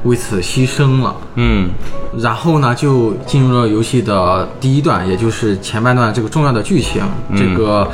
Speaker 3: 为此牺牲了。
Speaker 1: 嗯
Speaker 3: 然后呢，就进入了游戏的第一段，也就是前半段这个重要的剧情。
Speaker 1: 嗯
Speaker 3: 这个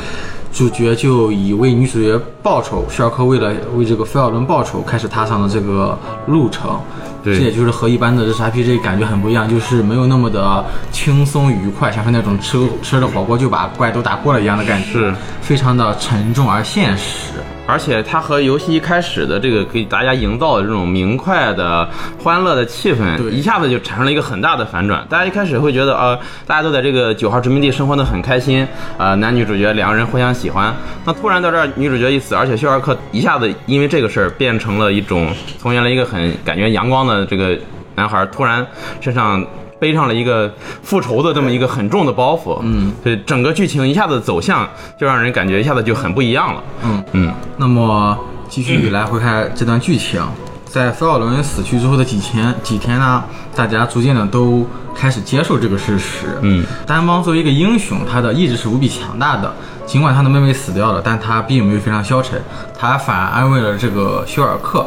Speaker 3: 主角就以为女主角报仇，希尔克为了为这个菲奥伦报仇，开始踏上了这个路程。
Speaker 1: 对
Speaker 3: 这也就是和一般的日式 RPG 感觉很不一样，就是没有那么的轻松愉快，像是那种吃吃着火锅就把怪都打过了一样的感觉，
Speaker 1: 是
Speaker 3: 非常的沉重而现实。
Speaker 1: 而且它和游戏一开始的这个给大家营造的这种明快的、欢乐的气氛，
Speaker 3: 对
Speaker 1: 一下子就产生了一个很大的反转。大家一开始会觉得，呃，大家都在这个九号殖民地生活的很开心，呃，男女主角两个人互相喜欢。那突然到这儿，女主角一死，而且休尔克一下子因为这个事儿变成了一种从原来一个很感觉阳光的这个男孩，突然身上。背上了一个复仇的这么一个很重的包袱，嗯，所以整个剧情一下子走向就让人感觉一下子就很不一样了，
Speaker 3: 嗯，
Speaker 1: 嗯。
Speaker 3: 那么继续来回看这段剧情，在菲奥伦死去之后的几天几天呢，大家逐渐的都开始接受这个事实。
Speaker 1: 嗯，
Speaker 3: 丹邦作为一个英雄，他的意志是无比强大的。尽管他的妹妹死掉了，但他并没有非常消沉，他反而安慰了这个休尔克。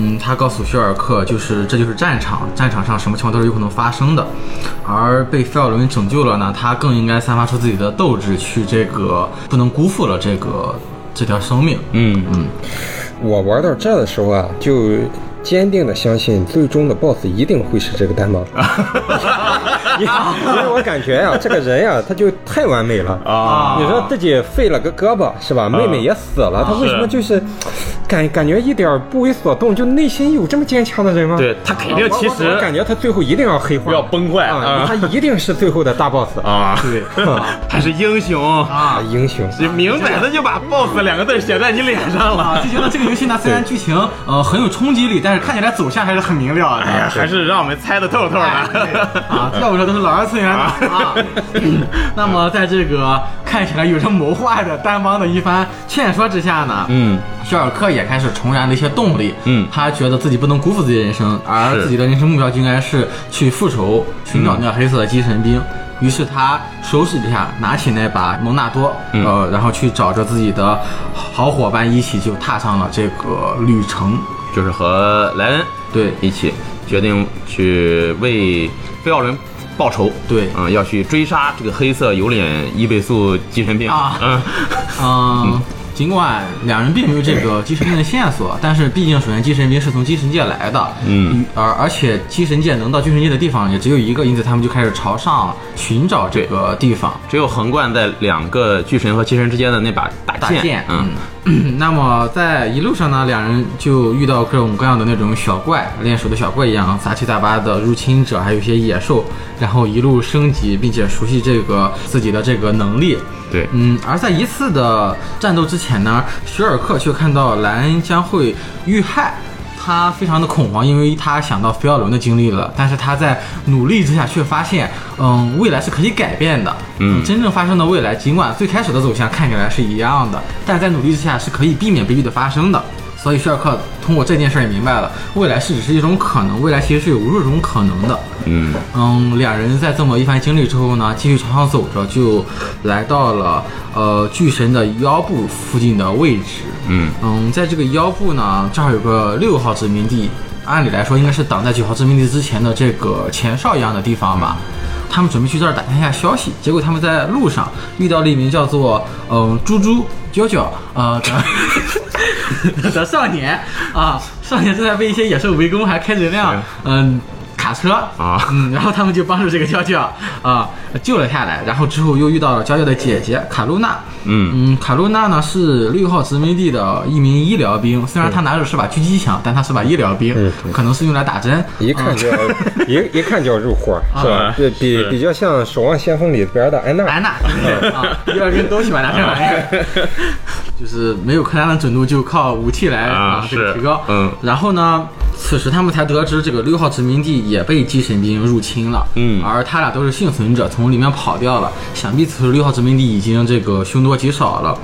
Speaker 3: 嗯，他告诉休尔克，就是这就是战场，战场上什么情况都是有可能发生的。而被菲奥伦拯救了呢，他更应该散发出自己的斗志，去这个不能辜负了这个这条生命。
Speaker 1: 嗯嗯
Speaker 2: 我玩到这儿的时候啊， 就坚定的相信最终的 BOSS 一定会是这个单帮。因为因为我感觉呀、这个人呀、他就太完美了
Speaker 1: 啊
Speaker 2: 你说自己废了个胳膊是吧？妹妹也死了，他为什么就是感感觉一点不为所动？就内心有这么坚强的人吗？
Speaker 1: 对他肯定其
Speaker 2: 我
Speaker 1: 实
Speaker 2: 我感觉他最后一定要黑化，
Speaker 1: 要崩坏
Speaker 2: 啊！
Speaker 1: 啊
Speaker 2: 他一定是最后的大 boss
Speaker 1: 啊，
Speaker 3: 对
Speaker 1: 他是英雄，
Speaker 3: 啊。
Speaker 2: 英雄。
Speaker 1: 这明摆着就把 boss 两个字写在你脸上
Speaker 3: 啊，
Speaker 1: 了
Speaker 3: 就。觉得这个游戏呢，虽然剧情呃很有冲击力，但是看起来走向还是很明了的。
Speaker 1: 哎呀，还哎是让我们猜的透透 的。
Speaker 3: 啊，要不说都是老二次元的啊。那么，在这个看起来有着谋划的单方的一番劝说之下呢，
Speaker 1: 嗯，
Speaker 3: 肖尔克也开始重燃了一些动力。
Speaker 1: 嗯
Speaker 3: 他觉得自己不能辜负自己的人生，而
Speaker 1: 是嗯
Speaker 3: 自己的人生目标就应该是去复仇，寻找那黑色的机神兵。于是他收拾一下，拿起那把蒙纳多，
Speaker 1: 嗯
Speaker 3: 呃，然后去找着自己的好伙伴一起就踏上了这个旅程。
Speaker 1: 就是和莱恩
Speaker 3: 对
Speaker 1: 一起决定去为菲奥伦报仇。
Speaker 3: 对
Speaker 1: 嗯，要去追杀这个黑色有脸伊倍素精神病
Speaker 3: 啊
Speaker 1: 嗯，
Speaker 3: 嗯，尽管两人并没有这个机神兵的线索，但是毕竟首先机神兵是从机神界来的，
Speaker 1: 嗯
Speaker 3: 与，而而且机神界能到机神界的地方也只有一个，因此他们就开始朝上寻找这个地方。
Speaker 1: 只有横贯在两个巨神和七神之间的那把大
Speaker 3: 大
Speaker 1: 剑。
Speaker 3: 剑，
Speaker 1: 嗯，
Speaker 3: 那么在一路上呢，两人就遇到各种各样的那种小怪，练手的小怪一样，杂七杂八的入侵者，还有一些野兽，然后一路升级，并且熟悉这个自己的这个能力。
Speaker 1: 对，
Speaker 3: 嗯，而在一次的战斗之前呢，雪尔克却看到莱恩将会遇害，他非常的恐慌，因为他想到菲奥伦的经历了，但是他在努力之下却发现，嗯，未来是可以改变的，
Speaker 1: 嗯
Speaker 3: 真正发生的未来，尽管最开始的走向看起来是一样的，但在努力之下是可以避免悲剧的发生的。所以，雪尔克通过这件事儿也明白了，未来是只是一种可能，未来其实是有无数种可能的。
Speaker 1: 嗯，
Speaker 3: 嗯，两人在这么一番经历之后呢，继续朝上走着，就来到了呃巨神的腰部附近的位置。
Speaker 1: 嗯
Speaker 3: 嗯，在这个腰部呢，正好有个六号殖民地，按理来说应该是挡在九号殖民地之前的这个前哨一样的地方吧。
Speaker 1: 嗯
Speaker 3: 他们准备去这儿打探一下消息，结果他们在路上遇到了一名叫做嗯猪猪啾啾呃 的的少年啊，少年正在被一些野兽围攻，还开着一辆嗯。卡车
Speaker 1: 啊
Speaker 3: 嗯，然后他们就帮助这个娇娇啊救了下来，然后之后又遇到了娇娇的姐姐卡露娜，
Speaker 1: 嗯
Speaker 3: 嗯，卡露娜呢是六号殖民地的一名医疗兵，虽然她拿着是把狙击枪，但她是把医疗兵
Speaker 2: 嗯，
Speaker 3: 可能是用来打针。
Speaker 2: 一看就要，一一看就要入伙，
Speaker 3: 啊
Speaker 2: 是吧？对比
Speaker 1: 啊是
Speaker 2: 比较像《守望先锋》里边的安娜，
Speaker 3: 安娜， 啊，医疗兵都喜欢拿这玩意儿，就是没有克莱的准度，就靠武器来
Speaker 1: 啊
Speaker 3: 这个
Speaker 1: 是
Speaker 3: 提高。
Speaker 1: 嗯
Speaker 3: 然后呢，此时他们才得知这个六号殖民地也被机神兵入侵了。
Speaker 1: 嗯
Speaker 3: 而他俩都是幸存者，从里面跑掉了。想必此时六号殖民地已经这个凶多吉少了。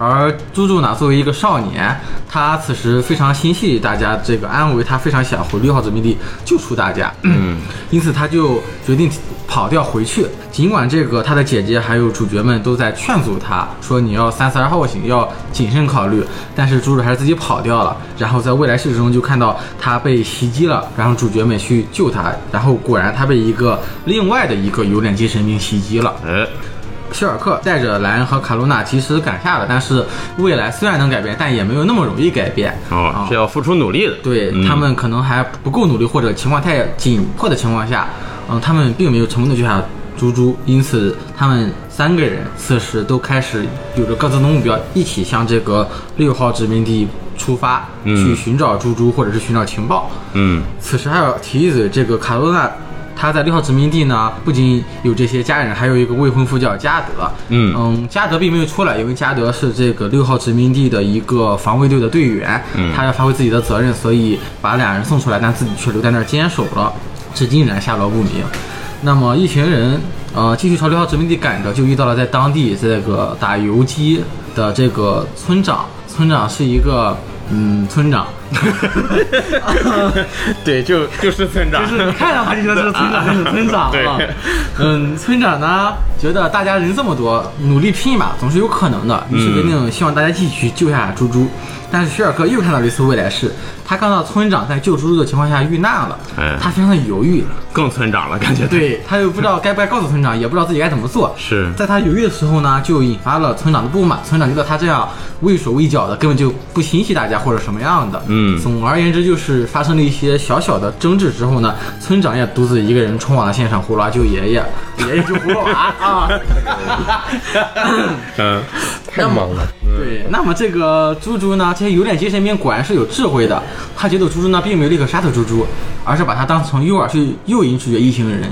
Speaker 3: 而朱朱呢，作为一个少年，他此时非常心系大家这个安危，他非常想回六号殖民地救出大家。嗯， 因此他就决定跑掉回去。尽管这个他的姐姐还有主角们都在劝阻他，说你要三思而后行，要谨慎考虑。但是朱朱还是自己跑掉了。然后在未来世界中就看到他被袭击了，然后主角们去救他，然后果然他被一个另外的一个有脸精神病袭击了。
Speaker 1: 哎，
Speaker 3: 希尔克带着莱恩和卡罗娜及时赶下了，但是未来虽然能改变，但也没有那么容易改变。
Speaker 1: 哦，是要付出努力的。
Speaker 3: 对、
Speaker 1: 嗯
Speaker 3: 他们可能还不够努力，或者情况太紧迫的情况下，嗯，他们并没有成功的救下猪猪，因此他们三个人此时都开始有着各自的目标，一起向这个六号殖民地出发，
Speaker 1: 嗯
Speaker 3: 去寻找猪猪或者是寻找情报。
Speaker 1: 嗯，
Speaker 3: 此时还要提一嘴，这个卡罗娜，她在六号殖民地呢，不仅有这些家人，还有一个未婚夫叫加德。
Speaker 1: 嗯
Speaker 3: 加德并没有出来，因为加德是这个六号殖民地的一个防卫队的队员，
Speaker 1: 嗯
Speaker 3: 他要发挥自己的责任，所以把俩人送出来，但自己却留在那儿坚守了，至今仍然下落不明。那么一行人，呃，继续朝六号殖民地赶着，就遇到了在当地这个打游击的这个村长。村长是一个，嗯，村长，
Speaker 1: 对，就 就是村长，
Speaker 3: 就是看上他就觉得这是村长，这是村长
Speaker 1: 对
Speaker 3: 啊。嗯，村长呢觉得大家人这么多，努力拼一把总是有可能的，
Speaker 1: 嗯
Speaker 3: 于是决定希望大家一起去救下猪猪。但是雪尔克又看到了一次未来式，他看到村长在救猪猪的情况下遇难了
Speaker 1: 哎，
Speaker 3: 他非常的犹豫，
Speaker 1: 更村长了，感觉。
Speaker 3: 对他又不知道该不该告诉村长，也不知道自己该怎么做。
Speaker 1: 是
Speaker 3: 在他犹豫的时候呢，就引发了村长的不满。村长觉得他这样畏手畏脚的，根本就不心系大家或者什么样的。
Speaker 1: 嗯
Speaker 3: 总而言之，就是发生了一些小小的争执之后呢，村长也独自一个人冲往了现场葫芦娃救爷爷，爷爷救葫芦娃啊。
Speaker 1: 嗯，
Speaker 2: 太忙了。
Speaker 3: 对，那么这个猪猪呢，这些有脸精神病果然是有智慧的。他觉得猪猪呢，并没有立刻杀掉猪猪，而是把他当成诱饵去诱引主角一行人，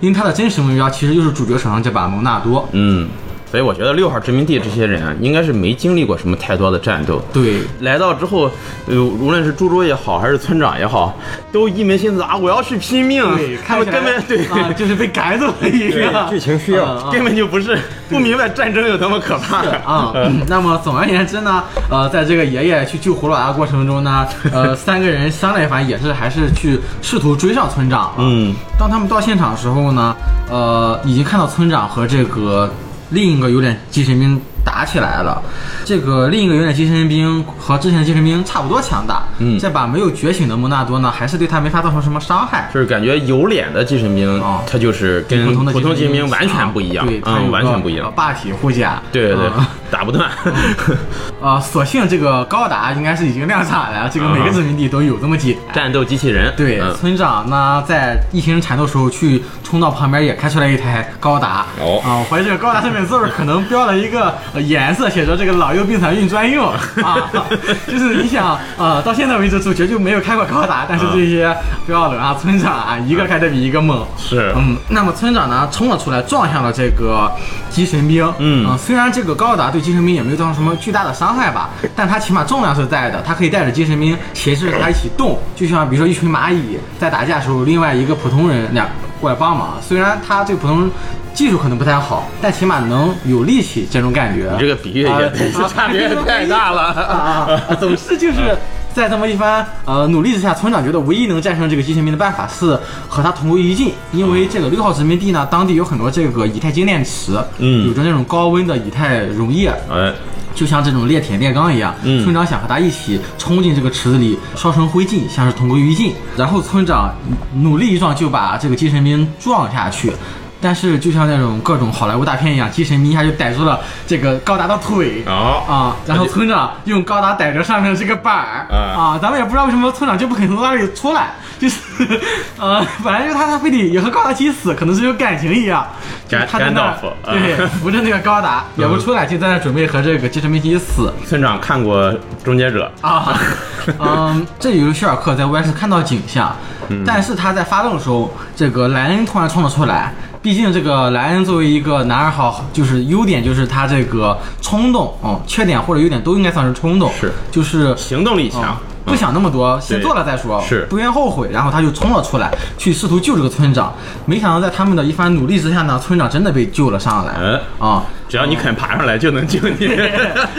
Speaker 3: 因为他的真实目标其实就是主角手上这把蒙纳多。
Speaker 1: 嗯，所以我觉得六号殖民地这些人啊，应该是没经历过什么太多的战斗。
Speaker 3: 对，
Speaker 1: 来到之后，呃，无论是猪猪也好，还是村长也好，都一门心思啊，我要去拼命。
Speaker 3: 对，
Speaker 1: 他
Speaker 3: 看
Speaker 1: 们
Speaker 3: 起来
Speaker 1: 根本对、
Speaker 3: 啊，就是被赶走了一样。
Speaker 2: 对剧情需要
Speaker 3: 嗯 嗯
Speaker 1: 根本就不是不明白战争有多么可 怕
Speaker 3: 是啊、嗯那么总而言之呢，呃，在这个爷爷去救葫芦娃的过程中呢，呃， 三个人商量一番，也是还是去试图追上村长。
Speaker 1: 嗯，
Speaker 3: 当他们到现场的时候呢，呃，已经看到村长和这个另一个有点精神病打起来了。这个另一个有点精神病和之前的精神病差不多强大，
Speaker 1: 嗯
Speaker 3: 这把没有觉醒的蒙纳多呢，还是对他没法造成什么伤害。
Speaker 1: 就是感觉有脸的精神兵
Speaker 3: 哦，
Speaker 1: 他就是跟
Speaker 3: 普通的
Speaker 1: 普通精神兵
Speaker 3: 精神
Speaker 1: 完全不一样
Speaker 3: 啊对，，它有
Speaker 1: 嗯，
Speaker 3: 个呃啊
Speaker 1: 完全不一样。
Speaker 3: 霸体护甲，
Speaker 1: 对对对
Speaker 3: 嗯，
Speaker 1: 打不 断。
Speaker 3: 呃，所幸这个高达应该是已经量产了，这个每个殖民地都有这么几台。
Speaker 1: 战斗机器人，
Speaker 3: 对，
Speaker 1: 嗯
Speaker 3: 村长呢在一行人缠斗的时候去冲到旁边，也开出来一台高达。
Speaker 1: 哦
Speaker 3: 啊，我怀疑这个高达上面字儿可能标了一个呃颜色，写着这个老幼病残孕专 用啊。 就是你想，呃，到现在为止主角就没有开过高达，但是这些标轮啊、村长啊，一个开的比一个猛。
Speaker 1: 是，
Speaker 3: 嗯，那么村长呢冲了出来，撞向了这个机神兵。
Speaker 1: 嗯
Speaker 3: 啊虽然这个高达对机神兵也没有造成什么巨大的伤害吧，但它起码重量是在的，它可以带着机神兵挟制着它一起动，就像比如说一群蚂蚁在打架的时候，另外一个普通人俩过来帮忙。虽然他这个普通技术可能不太好，但起码能有力气这种感觉。
Speaker 1: 你这个比喻也
Speaker 3: 啊
Speaker 1: 差别太大了。
Speaker 3: 啊啊！总之就是在这么一番呃努力之下，村长觉得唯一能战胜这个机器人民的办法是和他同归于尽，因为这个六号殖民地呢，当地有很多这个以太精炼池，
Speaker 1: 嗯
Speaker 3: 有着那种高温的以太溶液，
Speaker 1: 哎，
Speaker 3: 就像这种炼铁炼钢一样，
Speaker 1: 嗯
Speaker 3: 村长想和他一起冲进这个池子里，烧成灰烬，像是同归于尽。然后村长努力一撞就把这个精神兵撞下去，但是就像那种各种好莱坞大片一样，精神兵一下就逮住了这个高达的腿，
Speaker 1: 好，
Speaker 3: 啊，然后村长用高达逮着上面这个板儿、
Speaker 1: 啊
Speaker 3: 啊，咱们也不知道为什么村长就不肯从那里出来，就是呃，反正就是他他非得也和高达一起死，可能是有感情一样。就是
Speaker 1: 甘
Speaker 3: 他在那
Speaker 1: 甘
Speaker 3: 儿
Speaker 1: 道夫啊
Speaker 3: 对，扶着那个高达也不出来，就在那儿准备和这个精神病一起死。
Speaker 1: 村长看过《终结者
Speaker 3: 啊，嗯，这里有希尔克在 OS 看到景象，
Speaker 1: 嗯
Speaker 3: 但是他在发动的时候，这个莱恩突然冲了出来。毕竟这个莱恩作为一个男二号，就是优点就是他这个冲动，嗯，缺点或者优点都应该算是冲动，
Speaker 1: 是，
Speaker 3: 就是》，
Speaker 1: 行动力强
Speaker 3: 嗯，不想那么多，先
Speaker 1: 对
Speaker 3: 做了再说，
Speaker 1: 是
Speaker 3: 不愿后悔。然后他就冲了出来，去试图救这个村长。没想到在他们的一番努力之下呢，村长真的被救了上来，
Speaker 1: 哎
Speaker 3: 啊、
Speaker 1: 只要你肯爬上来就能救你。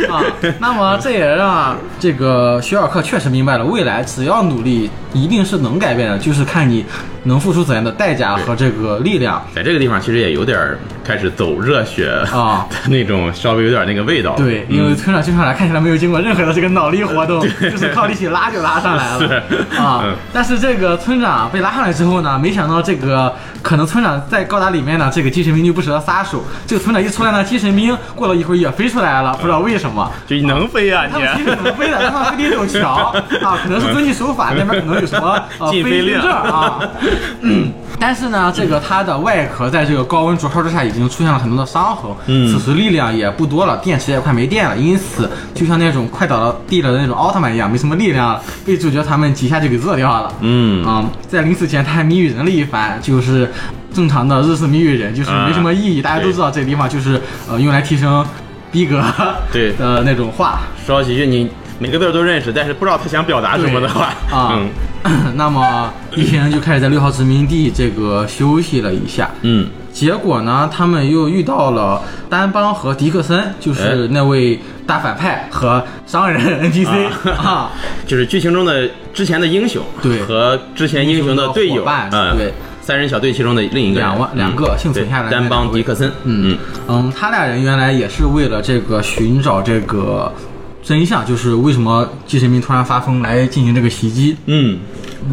Speaker 3: 啊，那么这也让这个徐尔克确实明白了，未来只要努力，一定是能改变的，就是看你能付出怎样的代价和这个力量。
Speaker 1: 在这个地方其实也有点儿开始走热血
Speaker 3: 啊
Speaker 1: 的那种，稍微有点那个味道。
Speaker 3: 对，因为村长经常来看起来没有经过任何的这个脑力活动，就是靠力气拉就拉上来了
Speaker 1: 是
Speaker 3: 啊
Speaker 1: 嗯。
Speaker 3: 但嗯 是这个村长被拉上来之后呢，没想到这个可能村长在高达里面呢，这个精神病就不舍得撒手。这个村长一出来呢，精神病过了一会儿也飞出来了，不知道为什么。
Speaker 1: 就你能飞啊
Speaker 3: 他们其实
Speaker 1: 你！
Speaker 3: 能飞的，他们飞得有桥啊，可能是遵纪守法，那边可能有什么呃
Speaker 1: 禁
Speaker 3: 飞
Speaker 1: 飞
Speaker 3: 行
Speaker 1: 令
Speaker 3: 证啊。嗯但是呢，这个它的外壳在这个高温灼烧之下已经出现了很多的伤痕，
Speaker 1: 嗯
Speaker 3: 此时力量也不多了，电池也快没电了，因此就像那种快倒到地了的那种奥特曼一样，没什么力量了，被主角他们几下就给做掉了。
Speaker 1: 嗯
Speaker 3: 啊、在临死前他还谜语人了一番，就是正常的日式谜语人，就是没
Speaker 1: 啊
Speaker 3: 什么意义，大家都知道这个地方就是呃用来提升逼格
Speaker 1: 对
Speaker 3: 的那种话。
Speaker 1: 说几句你每个字儿都认识，但是不知道他想表达什么的话，
Speaker 3: 啊
Speaker 1: 嗯，
Speaker 3: 那么一行人就开始在六号殖民地这个休息了一下。
Speaker 1: 嗯，
Speaker 3: 结果呢，他们又遇到了丹邦和迪克森，
Speaker 1: 哎
Speaker 3: 就是那位大反派和商 人 NPC 啊，
Speaker 1: 就是剧情中的之前的英雄，
Speaker 3: 对
Speaker 1: 和之前英雄的队
Speaker 3: 英
Speaker 1: 友
Speaker 3: 雄的伙伴，
Speaker 1: 嗯，
Speaker 3: 对，
Speaker 1: 三人小队其中的另一个人
Speaker 3: 两万
Speaker 1: 嗯
Speaker 3: 两个幸存
Speaker 1: 对
Speaker 3: 下来的
Speaker 1: 丹邦
Speaker 3: 两位
Speaker 1: 迪克森，
Speaker 3: 嗯嗯，他俩人原来也是为了这个寻找这个真相，就是为什么精神病突然发疯来进行这个袭击。
Speaker 1: 嗯，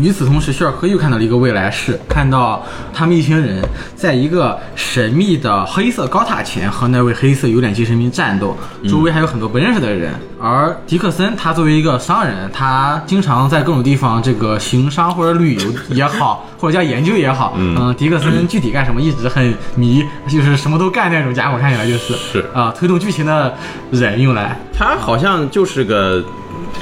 Speaker 3: 与此同时，希尔科又看到了一个未来世，看到他们一群人在一个神秘的黑色高塔前和那位黑色有脸骑士兵战斗，
Speaker 1: 嗯
Speaker 3: 周围还有很多不认识的人。而迪克森他作为一个商人，他经常在各种地方这个行商或者旅游也好，或者叫研究也好，嗯、迪克森具体干什么一直很迷，就是什么都干那种家伙，看起来就是
Speaker 1: 是
Speaker 3: 啊、推动剧情的人用来
Speaker 1: 他好像就是个，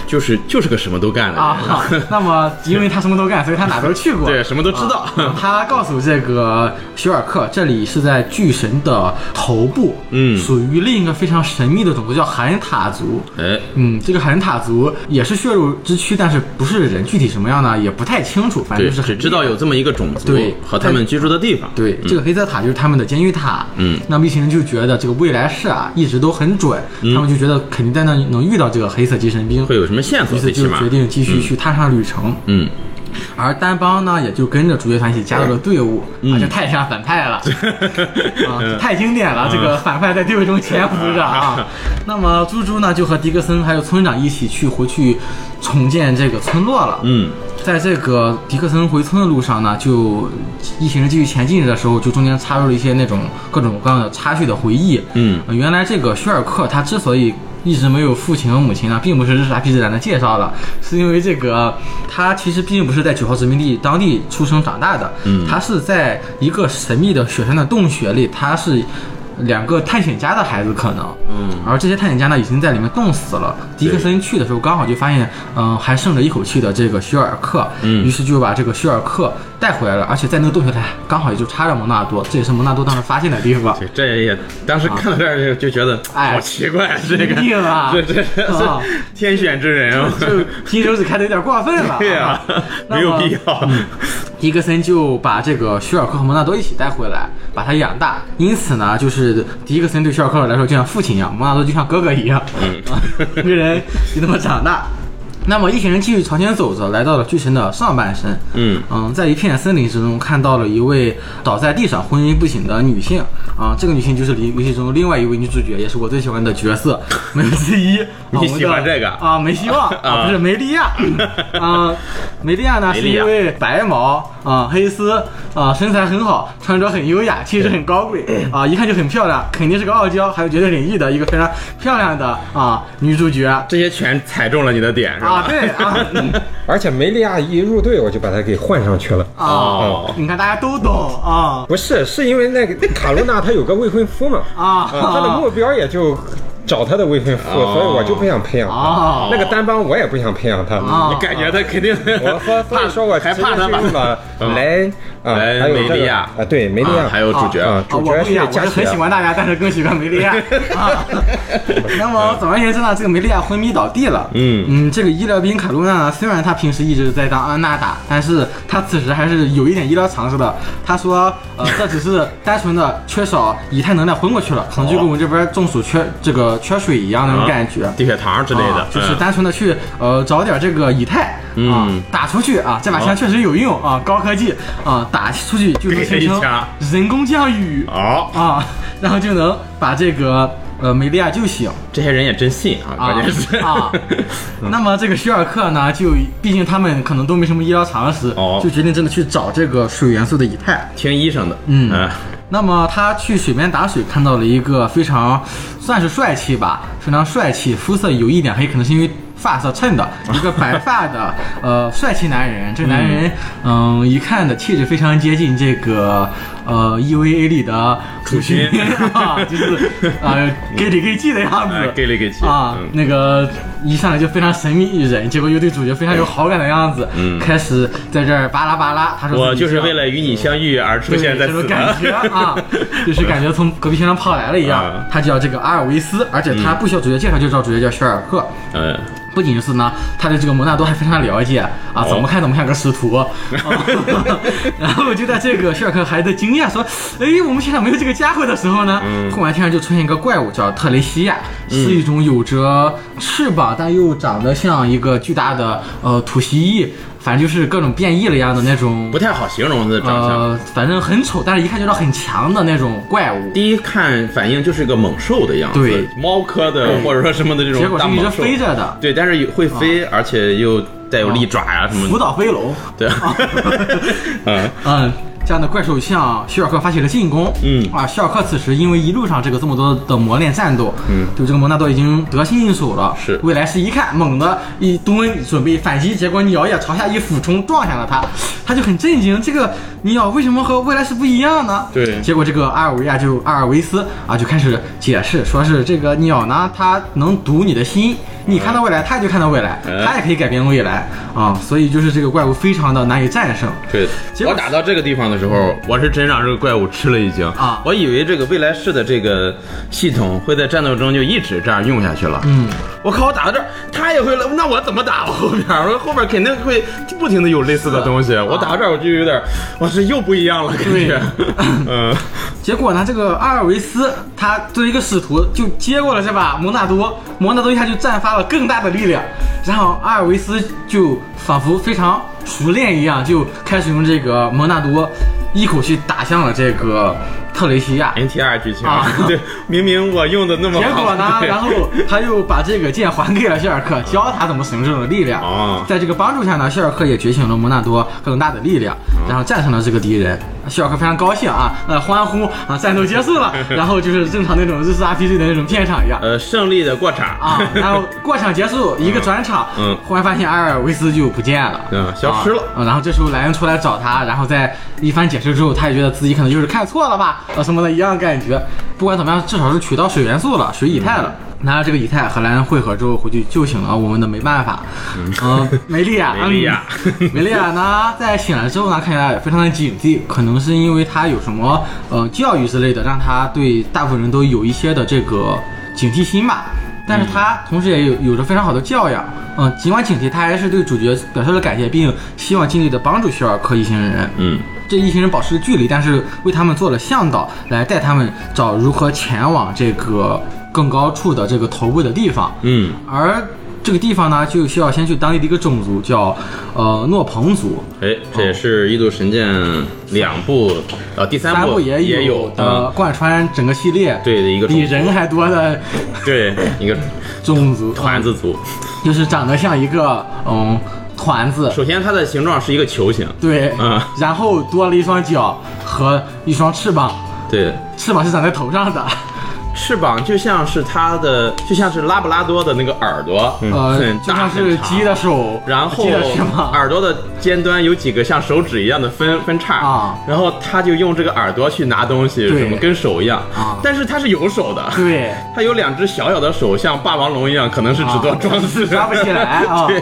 Speaker 1: 就是就是个什么都干的人
Speaker 3: 啊。 那么，因为他什么都干，所以他哪都去过，
Speaker 1: 对什么都知道
Speaker 3: 啊 他告诉这个徐尔克，这里是在巨神的头部，
Speaker 1: 嗯
Speaker 3: 属于另一个非常神秘的种族，叫韩塔族。
Speaker 1: 哎，
Speaker 3: 嗯，这个韩塔族也是血肉之躯，但是不是人，具体什么样呢也不太清楚，反正
Speaker 1: 对，
Speaker 3: 就是
Speaker 1: 只
Speaker 3: 很
Speaker 1: 知道有这么一个种族
Speaker 3: 对
Speaker 1: 和他们居住的地方。
Speaker 3: 对，这个黑色塔就是他们的监狱塔。
Speaker 1: 嗯
Speaker 3: 那么一行人就觉得这个未来世啊一直都很准，他们就觉得肯定在那能遇到这个黑色精神兵，
Speaker 1: 嗯会有什么线索？
Speaker 3: 于
Speaker 1: 最
Speaker 3: 是
Speaker 1: 起
Speaker 3: 就
Speaker 1: 码
Speaker 3: 决，定继续去踏上旅程。
Speaker 1: 嗯，
Speaker 3: 而丹邦呢，也就跟着主角团一起加入了队伍，
Speaker 1: 嗯
Speaker 3: 啊，这太像 反派了，啊，太经典了，这
Speaker 1: 嗯
Speaker 3: 个反派在队伍中潜伏着啊。 那么猪猪呢，就和迪克森还有村长一起去回去重建这个村落了。
Speaker 1: 嗯，
Speaker 3: 在这个迪克森回村的路上呢，就一行人继续前进的时候，就中间插入了一些那种各种各样的插叙的回忆。
Speaker 1: 嗯
Speaker 3: 呃原来这个薛尔克他之所以一直没有父亲和母亲呢，并不是日式 RPG 展的介绍的，是因为这个他其实并不是在九号殖民地当地出生长大的，
Speaker 1: 嗯
Speaker 3: 他是在一个神秘的雪山的洞穴里，他是。两个探险家的孩子可能，
Speaker 1: 嗯
Speaker 3: 而这些探险家呢，已经在里面冻死了。迪克森去的时候，刚好就发现，嗯、还剩着一口气的这个徐尔克，
Speaker 1: 嗯
Speaker 3: 于是就把这个徐尔克带回来了，而且在那个洞穴里刚好也就插着蒙纳多，这也是蒙纳多当时发现的地方。
Speaker 1: 对，这也当时看到这儿就就觉得
Speaker 3: 啊哎
Speaker 1: 好奇怪，这
Speaker 3: 一定
Speaker 1: 个
Speaker 3: 啊，
Speaker 1: 这这
Speaker 3: 啊
Speaker 1: 这天选之人 啊，
Speaker 3: 就金手指开的有点过分了。啊
Speaker 1: 对呀，
Speaker 3: 那
Speaker 1: 没有
Speaker 3: 么
Speaker 1: 必要。
Speaker 3: 迪克森就把这个徐尔克和蒙纳多一起带回来，把他养大。因此呢，就是迪克森对徐尔克来说就像父亲一样，蒙纳多就像哥哥一样，
Speaker 1: 嗯
Speaker 3: 啊，一个人就那么长大。那么一行人继续朝前走着，来到了巨神的上半身。
Speaker 1: 嗯
Speaker 3: 嗯，在一片森林之中看到了一位倒在地上昏迷不醒的女性啊，这个女性就是里游戏中另外一位女主角，也是我最喜欢的 角色，没有之一。啊
Speaker 1: 你
Speaker 3: 我们
Speaker 1: 喜欢
Speaker 3: 的
Speaker 1: 这个
Speaker 3: 啊？没希望
Speaker 1: 啊
Speaker 3: 啊，不是梅利亚 啊，梅利亚呢
Speaker 1: 梅
Speaker 3: 是
Speaker 1: 利亚
Speaker 3: 因为白毛啊，黑丝啊，身材很好，穿着很优雅，气质很高贵啊，一看就很漂亮，肯定是个傲娇，还有绝对领域的一个非常漂亮的啊女主角
Speaker 1: 这些全踩中了你的点是 吧？
Speaker 3: 啊，对啊。
Speaker 2: 而且梅利亚一入队，我就把他给换上去了。
Speaker 3: 啊
Speaker 1: 哦，
Speaker 3: 你看大家都懂啊
Speaker 2: 不是，是因为那个卡罗娜她有个未婚夫嘛，
Speaker 3: 啊！
Speaker 2: 她的目标也就找她的未婚夫，
Speaker 1: 哦
Speaker 2: 所以我就不想培养
Speaker 3: 哦
Speaker 2: 她。那个单帮我也不想培养她。
Speaker 3: 啊
Speaker 1: 你感觉他肯定，
Speaker 2: 我说，所以说我
Speaker 1: 还
Speaker 2: 直接
Speaker 1: 哦 怕他
Speaker 2: 就
Speaker 1: 把
Speaker 2: 用了
Speaker 1: 嗯
Speaker 2: 莱啊，
Speaker 1: 莱
Speaker 2: 还有这个
Speaker 1: 梅利亚
Speaker 2: 啊，对梅利亚，
Speaker 1: 啊还有主角
Speaker 2: 啊
Speaker 3: 啊，
Speaker 2: 主
Speaker 3: 我
Speaker 2: 角
Speaker 3: 不一
Speaker 2: 是
Speaker 3: 样，我
Speaker 2: 加
Speaker 3: 是
Speaker 2: 起
Speaker 3: 很喜
Speaker 2: 来。
Speaker 3: 欢大家，但是更喜欢梅利 亚。啊，那么总而言之呢，这个梅利亚昏迷倒地了。
Speaker 1: 嗯
Speaker 3: 嗯，这个医疗兵卡露娜呢，虽然他平时一直在当安娜打，但是他此时还是有一点医疗常识的。他说，呃，这只是单纯的缺少以太能量昏过去了，可能就跟我们这边中暑缺这个缺水一样那种感觉。
Speaker 1: 嗯低血糖之类哦啊的
Speaker 3: 啊，就是
Speaker 1: 嗯
Speaker 3: 单纯的去呃找点这个以太啊
Speaker 1: 嗯
Speaker 3: 打出去啊，这把枪确实有用啊，高科技啊打出去就能
Speaker 1: 给他
Speaker 3: 形
Speaker 1: 一
Speaker 3: 成
Speaker 1: 枪
Speaker 3: 人工降雨
Speaker 1: 哦，
Speaker 3: 啊， 然后就能把这个呃梅利亚救醒
Speaker 1: 这些人也真信啊，
Speaker 3: 啊
Speaker 1: 关键是 嗯
Speaker 3: 啊。那么这个徐尔克呢，就毕竟他们可能都没什么医疗常识，
Speaker 1: 哦
Speaker 3: 就决定真的去找这个水元素的以太。
Speaker 1: 听医生的，
Speaker 3: 嗯
Speaker 1: 啊
Speaker 3: 那么他去水边打水，看到了一个非常算是帅气吧，非常帅气，肤色有一点黑，可能是因为发色 衬的，一个白发的呃帅气男人。这个男人嗯、一看的气质非常接近这个呃 EVA 里的楚
Speaker 1: 勋
Speaker 3: 啊，就是呃
Speaker 1: 嗯
Speaker 3: gay 里 gay 气的样子
Speaker 1: 哎，，gay 里 gay 气
Speaker 3: 啊
Speaker 1: 嗯，
Speaker 3: 那个一上来就非常神秘一人，结果又对主角非常有好感的样子，
Speaker 1: 嗯
Speaker 3: 开始在这儿巴拉巴拉，他说
Speaker 1: 我
Speaker 3: 自己
Speaker 1: 就是
Speaker 3: 要
Speaker 1: 为了与你相遇而出
Speaker 3: 对，
Speaker 1: 现在
Speaker 3: 这
Speaker 1: 此
Speaker 3: 种感觉
Speaker 1: 的。
Speaker 3: 啊，就是感觉从隔壁天上跑来了一样
Speaker 1: 啊。
Speaker 3: 他叫这个阿尔维斯，而且他不需要主角介绍就知道主角叫薛尔克。
Speaker 1: 嗯，
Speaker 3: 不仅是呢，他对这个蒙纳多还非常了解啊，
Speaker 1: 哦
Speaker 3: 怎么看怎么像个 师徒。啊然后我就在这个薛尔克还在惊讶说：“哎，我们现场没有这个家伙的时候呢，
Speaker 1: 嗯
Speaker 3: 忽然天上就出现一个怪物叫特雷西亚，是一种有着翅膀但又长得像一个巨大的呃土蜥蜴，反正就是各种变异了一样的那种
Speaker 1: 不太好形容的长相。
Speaker 3: 呃，反正很丑，但是一看就知道很强的那种怪物。
Speaker 1: 第一看反应就是个猛兽的样子，
Speaker 3: 对
Speaker 1: 猫科的或者说什么的这种
Speaker 3: 结果
Speaker 1: 大
Speaker 3: 是一
Speaker 1: 猛
Speaker 3: 直
Speaker 1: 兽，
Speaker 3: 飞着的，啊
Speaker 1: 对，但是会飞，而且又带有利爪呀、什么
Speaker 3: 福
Speaker 1: 的，
Speaker 3: 岛飞龙，
Speaker 1: 对，啊 嗯，
Speaker 3: 嗯，这样的怪兽向希尔克发起了进攻。
Speaker 1: 嗯
Speaker 3: 啊，希尔克此时因为一路上这个这么多的磨练战斗，嗯，对这个蒙纳多已经得心应手了。
Speaker 1: 是
Speaker 3: 未来是一看，猛地一蹲准备反击，结果鸟也朝下一俯冲撞向了他，他就很震惊，这个鸟为什么和未来是不一样呢？
Speaker 1: 对
Speaker 3: 结果这个阿尔维亚就阿尔维斯啊就开始解释，说是这个鸟呢，它能读你的心。你看到未
Speaker 1: 啊
Speaker 3: 来，它也就看到未来，
Speaker 1: 嗯
Speaker 3: 它也可以改变未来啊、所以就是这个怪物非常的难以战胜。
Speaker 1: 对
Speaker 3: 结。果
Speaker 1: 我打到这个地方的时候，我是真让这个怪物吃了一惊
Speaker 3: 啊
Speaker 1: 我以为这个未来式的这个系统会在战斗中就一直这样用下去了。嗯，我靠，我打到这儿，他也会了，那我怎么打？我后边，我后边肯定会不停的有类似的东西。我打到这儿，我就有点，我是又不一样了，感觉。 嗯，
Speaker 3: 结果呢，这个阿尔维斯他作为一个使徒，就接过了这把蒙纳多，蒙纳多一下就绽发了更大的力量，然后阿尔维斯就仿佛非常熟练一样，就开始用这个蒙纳多一口气打向了这个特雷西亚。
Speaker 1: NTR 剧情
Speaker 3: 啊
Speaker 1: 对，明明我用的那么
Speaker 3: 结
Speaker 1: 好，
Speaker 3: 果呢，
Speaker 1: 对
Speaker 3: 啊
Speaker 1: 嗯
Speaker 3: 然后他又把这个剑还给了希尔克，教他怎么使用这种力量。
Speaker 1: 哦
Speaker 3: 在这个帮助下呢，希尔克也觉醒了蒙纳多更大的力量，
Speaker 1: 嗯
Speaker 3: 然后战胜了这个敌人。希尔克非常高兴啊，呃，欢呼啊，战斗结 束了，然后就是正常那种日式 RPG 的那种片场一样。
Speaker 1: 呃，胜利的过场
Speaker 3: 啊，然后过场结束，一个转场，
Speaker 1: 嗯
Speaker 3: 忽然发现阿尔维斯就不见了，
Speaker 1: 嗯消失了
Speaker 3: 啊嗯然后这时候莱恩出来找他，然后在一番解释之后，他也觉得自己可能就是看错了吧，呃什么的一样感觉。不管怎么样，至少是取到水元素了，水以太
Speaker 1: 嗯
Speaker 3: 了。拿着这个以太和莱恩汇合之后，回去救醒了我们的没办法，嗯，梅利 亚，
Speaker 1: 梅利亚
Speaker 3: 嗯梅利亚呢，在醒来之后呢，看起来也非常的警惕，可能是因为他有什么呃教育之类的，让他对大部分人都有一些的这个警惕心吧。但是他同时也有有着非常好的教养，嗯、尽管警惕，他还是对主角表示了感谢，并希望尽力的帮助希尔克一行人。
Speaker 1: 嗯，
Speaker 3: 这一行人保持距离，但是为他们做了向导，来带他们找如何前往这个更高处的这个头部的地方。
Speaker 1: 嗯，
Speaker 3: 而这个地方呢，就需要先去当地的一个种族，叫呃诺彭族。
Speaker 1: 哎，这也是《异度神剑》两部，呃，第三
Speaker 3: 三
Speaker 1: 部
Speaker 3: 部也
Speaker 1: 也
Speaker 3: 有
Speaker 1: 嗯
Speaker 3: 的贯穿整个系列，
Speaker 1: 对的一个种
Speaker 3: 比
Speaker 1: 族
Speaker 3: 人还多的
Speaker 1: 对，一个
Speaker 3: 种族， 嗯
Speaker 1: 团子族。
Speaker 3: 就是长得像一个嗯团子，
Speaker 1: 首先，它的形状是一个球形，
Speaker 3: 对，
Speaker 1: 嗯
Speaker 3: 然后多了一双脚和一双翅膀，
Speaker 1: 对，
Speaker 3: 翅膀是长在头上的，
Speaker 1: 翅膀就像是它的，就像是拉布拉多的那个耳朵，嗯
Speaker 3: 呃，
Speaker 1: 很
Speaker 3: 就
Speaker 1: 大
Speaker 3: 像是
Speaker 1: 很长
Speaker 3: 鸡的手，
Speaker 1: 然后
Speaker 3: 鸡的翅膀，
Speaker 1: 耳朵的尖端有几个像手指一样的分分叉
Speaker 3: 啊
Speaker 1: 然后它就用这个耳朵去拿东西，
Speaker 3: 对
Speaker 1: 什么跟手一样
Speaker 3: 啊
Speaker 1: 但是它是有手的，
Speaker 3: 对。
Speaker 1: 它有两只小小的手，像霸王龙一样，可能是只做装饰，
Speaker 3: 啊抓不起来 啊
Speaker 1: 对，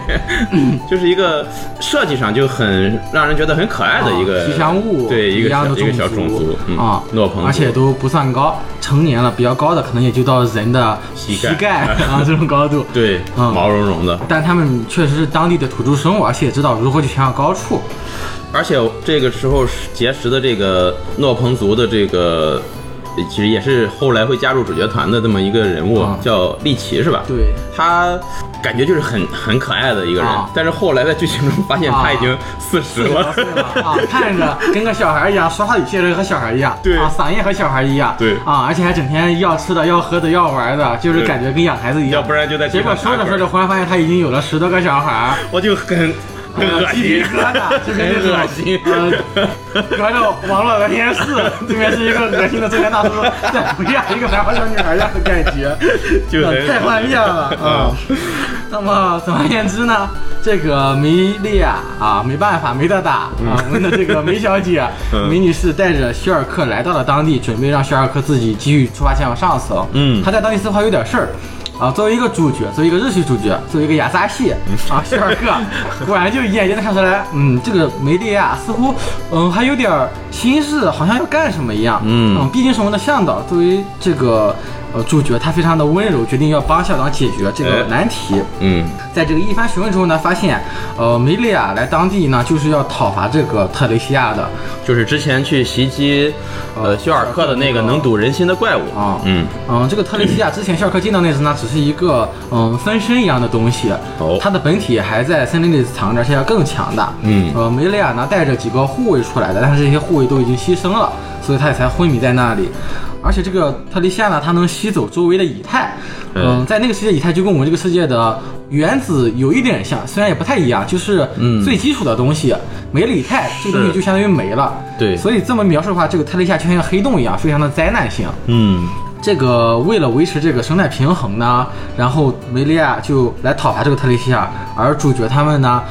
Speaker 1: 就是一个设计上就很让人觉得很可爱的一个
Speaker 3: 啊吉祥物，
Speaker 1: 对一个
Speaker 3: 样
Speaker 1: 小
Speaker 3: 的
Speaker 1: 一个小种族嗯
Speaker 3: 啊，
Speaker 1: 诺鹏族，
Speaker 3: 而且都不算高，成年了比较高的可能也就到人的
Speaker 1: 膝
Speaker 3: 膝
Speaker 1: 盖
Speaker 3: 盖 啊这种高度，
Speaker 1: 对
Speaker 3: 嗯
Speaker 1: 毛茸茸的，
Speaker 3: 但他们确实是当地的土著生物，而且也知道如何去前往高处。
Speaker 1: 而且这个时候结识的这个诺鹏族的这个。其实也是后来会加入主角团的这么一个人物
Speaker 3: 啊，
Speaker 1: 叫利奇是吧？
Speaker 3: 对，
Speaker 1: 他感觉就是很很可爱的一个人
Speaker 3: 啊，
Speaker 1: 但是后来在剧情中发现他已经四十了，
Speaker 3: 啊，看着跟个小孩一样，说话语气也和小孩一样，
Speaker 1: 对
Speaker 3: 啊，嗓音和小孩一样，
Speaker 1: 对
Speaker 3: 啊，而且还整天要吃的、要喝的、要玩的，就是
Speaker 1: 对
Speaker 3: 感觉跟养孩子一样。
Speaker 1: 要不然就在地
Speaker 3: 结果
Speaker 1: 上
Speaker 3: 说
Speaker 1: 打
Speaker 3: 着
Speaker 1: 滚
Speaker 3: 说着，忽然发现他已经有了十多个小孩儿。
Speaker 1: 我就很 很恶
Speaker 3: 呃鸡皮
Speaker 1: 心，
Speaker 3: 疙瘩，就是那
Speaker 1: 很
Speaker 3: 种
Speaker 1: 恶心。
Speaker 3: 呃，隔着网络聊天室，对面是一个恶心的中年大叔，在回家一个白花小女孩一样的感觉，
Speaker 1: 就很
Speaker 3: 呃太幻灭了
Speaker 1: 嗯
Speaker 3: 啊！那么总而言之呢，这个梅利亚啊，没办法，没得打啊。
Speaker 1: 嗯
Speaker 3: 我们的这个梅小姐、啊 梅女士带着希尔克来到了当地，准备让希尔克自己继续出发前往上层。
Speaker 1: 嗯
Speaker 3: 她在当地似乎还有点事儿。啊，作为一个主角，作为一个日系主角，作为一个亚萨系
Speaker 1: 嗯
Speaker 3: 啊，希尔 克果然就一眼就能看出来，嗯，这个梅利亚似乎，嗯，还有点儿心事，好像要干什么一样。
Speaker 1: 嗯
Speaker 3: 毕竟是我们的向导，作为这个呃主角，他非常的温柔，决定要帮向导解决这
Speaker 1: 哎
Speaker 3: 个难题。
Speaker 1: 嗯，
Speaker 3: 在这个一番询问之后呢，发现，呃，梅利亚来当地呢，就是要讨伐这个特雷西亚的
Speaker 1: 就是之前去袭击呃
Speaker 3: 哦
Speaker 1: 修尔克的那个能堵人心的怪物
Speaker 3: 啊，
Speaker 1: 嗯，
Speaker 3: 嗯，这个特雷西亚之前肖尔克见到那只呢，只是一个嗯分身一样的东西，
Speaker 1: 哦
Speaker 3: 它的本体还在森林里藏着，而且要更强大。
Speaker 1: 嗯
Speaker 3: 呃，梅利亚呢带着几个护卫出来的，但是这些护卫都已经牺牲了，所以他也才昏迷在那里。而且这个特雷西亚呢，它能吸走周围的以太，
Speaker 1: 嗯
Speaker 3: 嗯，在那个世界以太就跟我们这个世界的原子有一点像，虽然也不太一样，就是最基础的东西、没了以太，这个东西
Speaker 1: 嗯是
Speaker 3: 就相当于没了。
Speaker 1: 对
Speaker 3: 所以这么描述的话，这个泰勒下就像一个黑洞一样，非常的灾难性。
Speaker 1: 嗯，
Speaker 3: 这个为了维持这个生态平衡呢，然后梅利亚就来讨伐这个特雷西亚，而主角他们呢，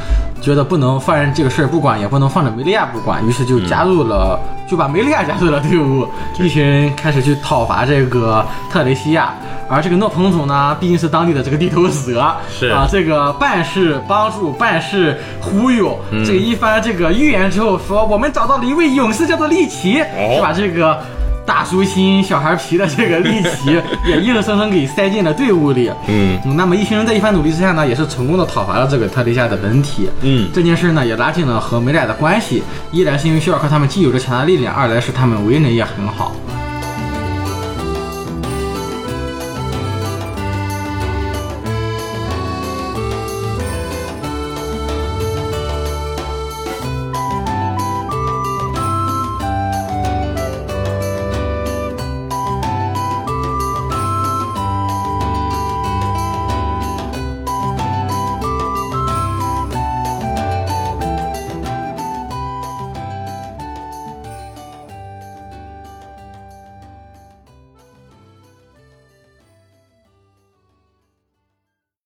Speaker 3: 觉得不能放任这个事儿不管，也不能放着梅利亚不管，于是就加入了， 就把梅利亚加入了队伍，一群人开始去讨伐这个特雷西亚。而这个诺彭总呢，毕竟是当地的这个地头蛇，
Speaker 1: 是
Speaker 3: 啊，这个办事帮助，办事忽悠，
Speaker 1: 嗯
Speaker 3: 这个一番这个预言之后说，我们找到了一位勇士，叫做利奇，
Speaker 1: 哦
Speaker 3: 是吧？这个大叔心、小孩皮的这个利奇，也硬生生给塞进了队伍里。
Speaker 1: 嗯
Speaker 3: 那么一行人在一番努力之下呢，也是成功的讨伐了这个特雷夏的本体。
Speaker 1: 嗯
Speaker 3: 这件事呢也拉近了和梅莱的关系，一来是因为肖尔克他们既有着强大力量，二来是他们为人也很好。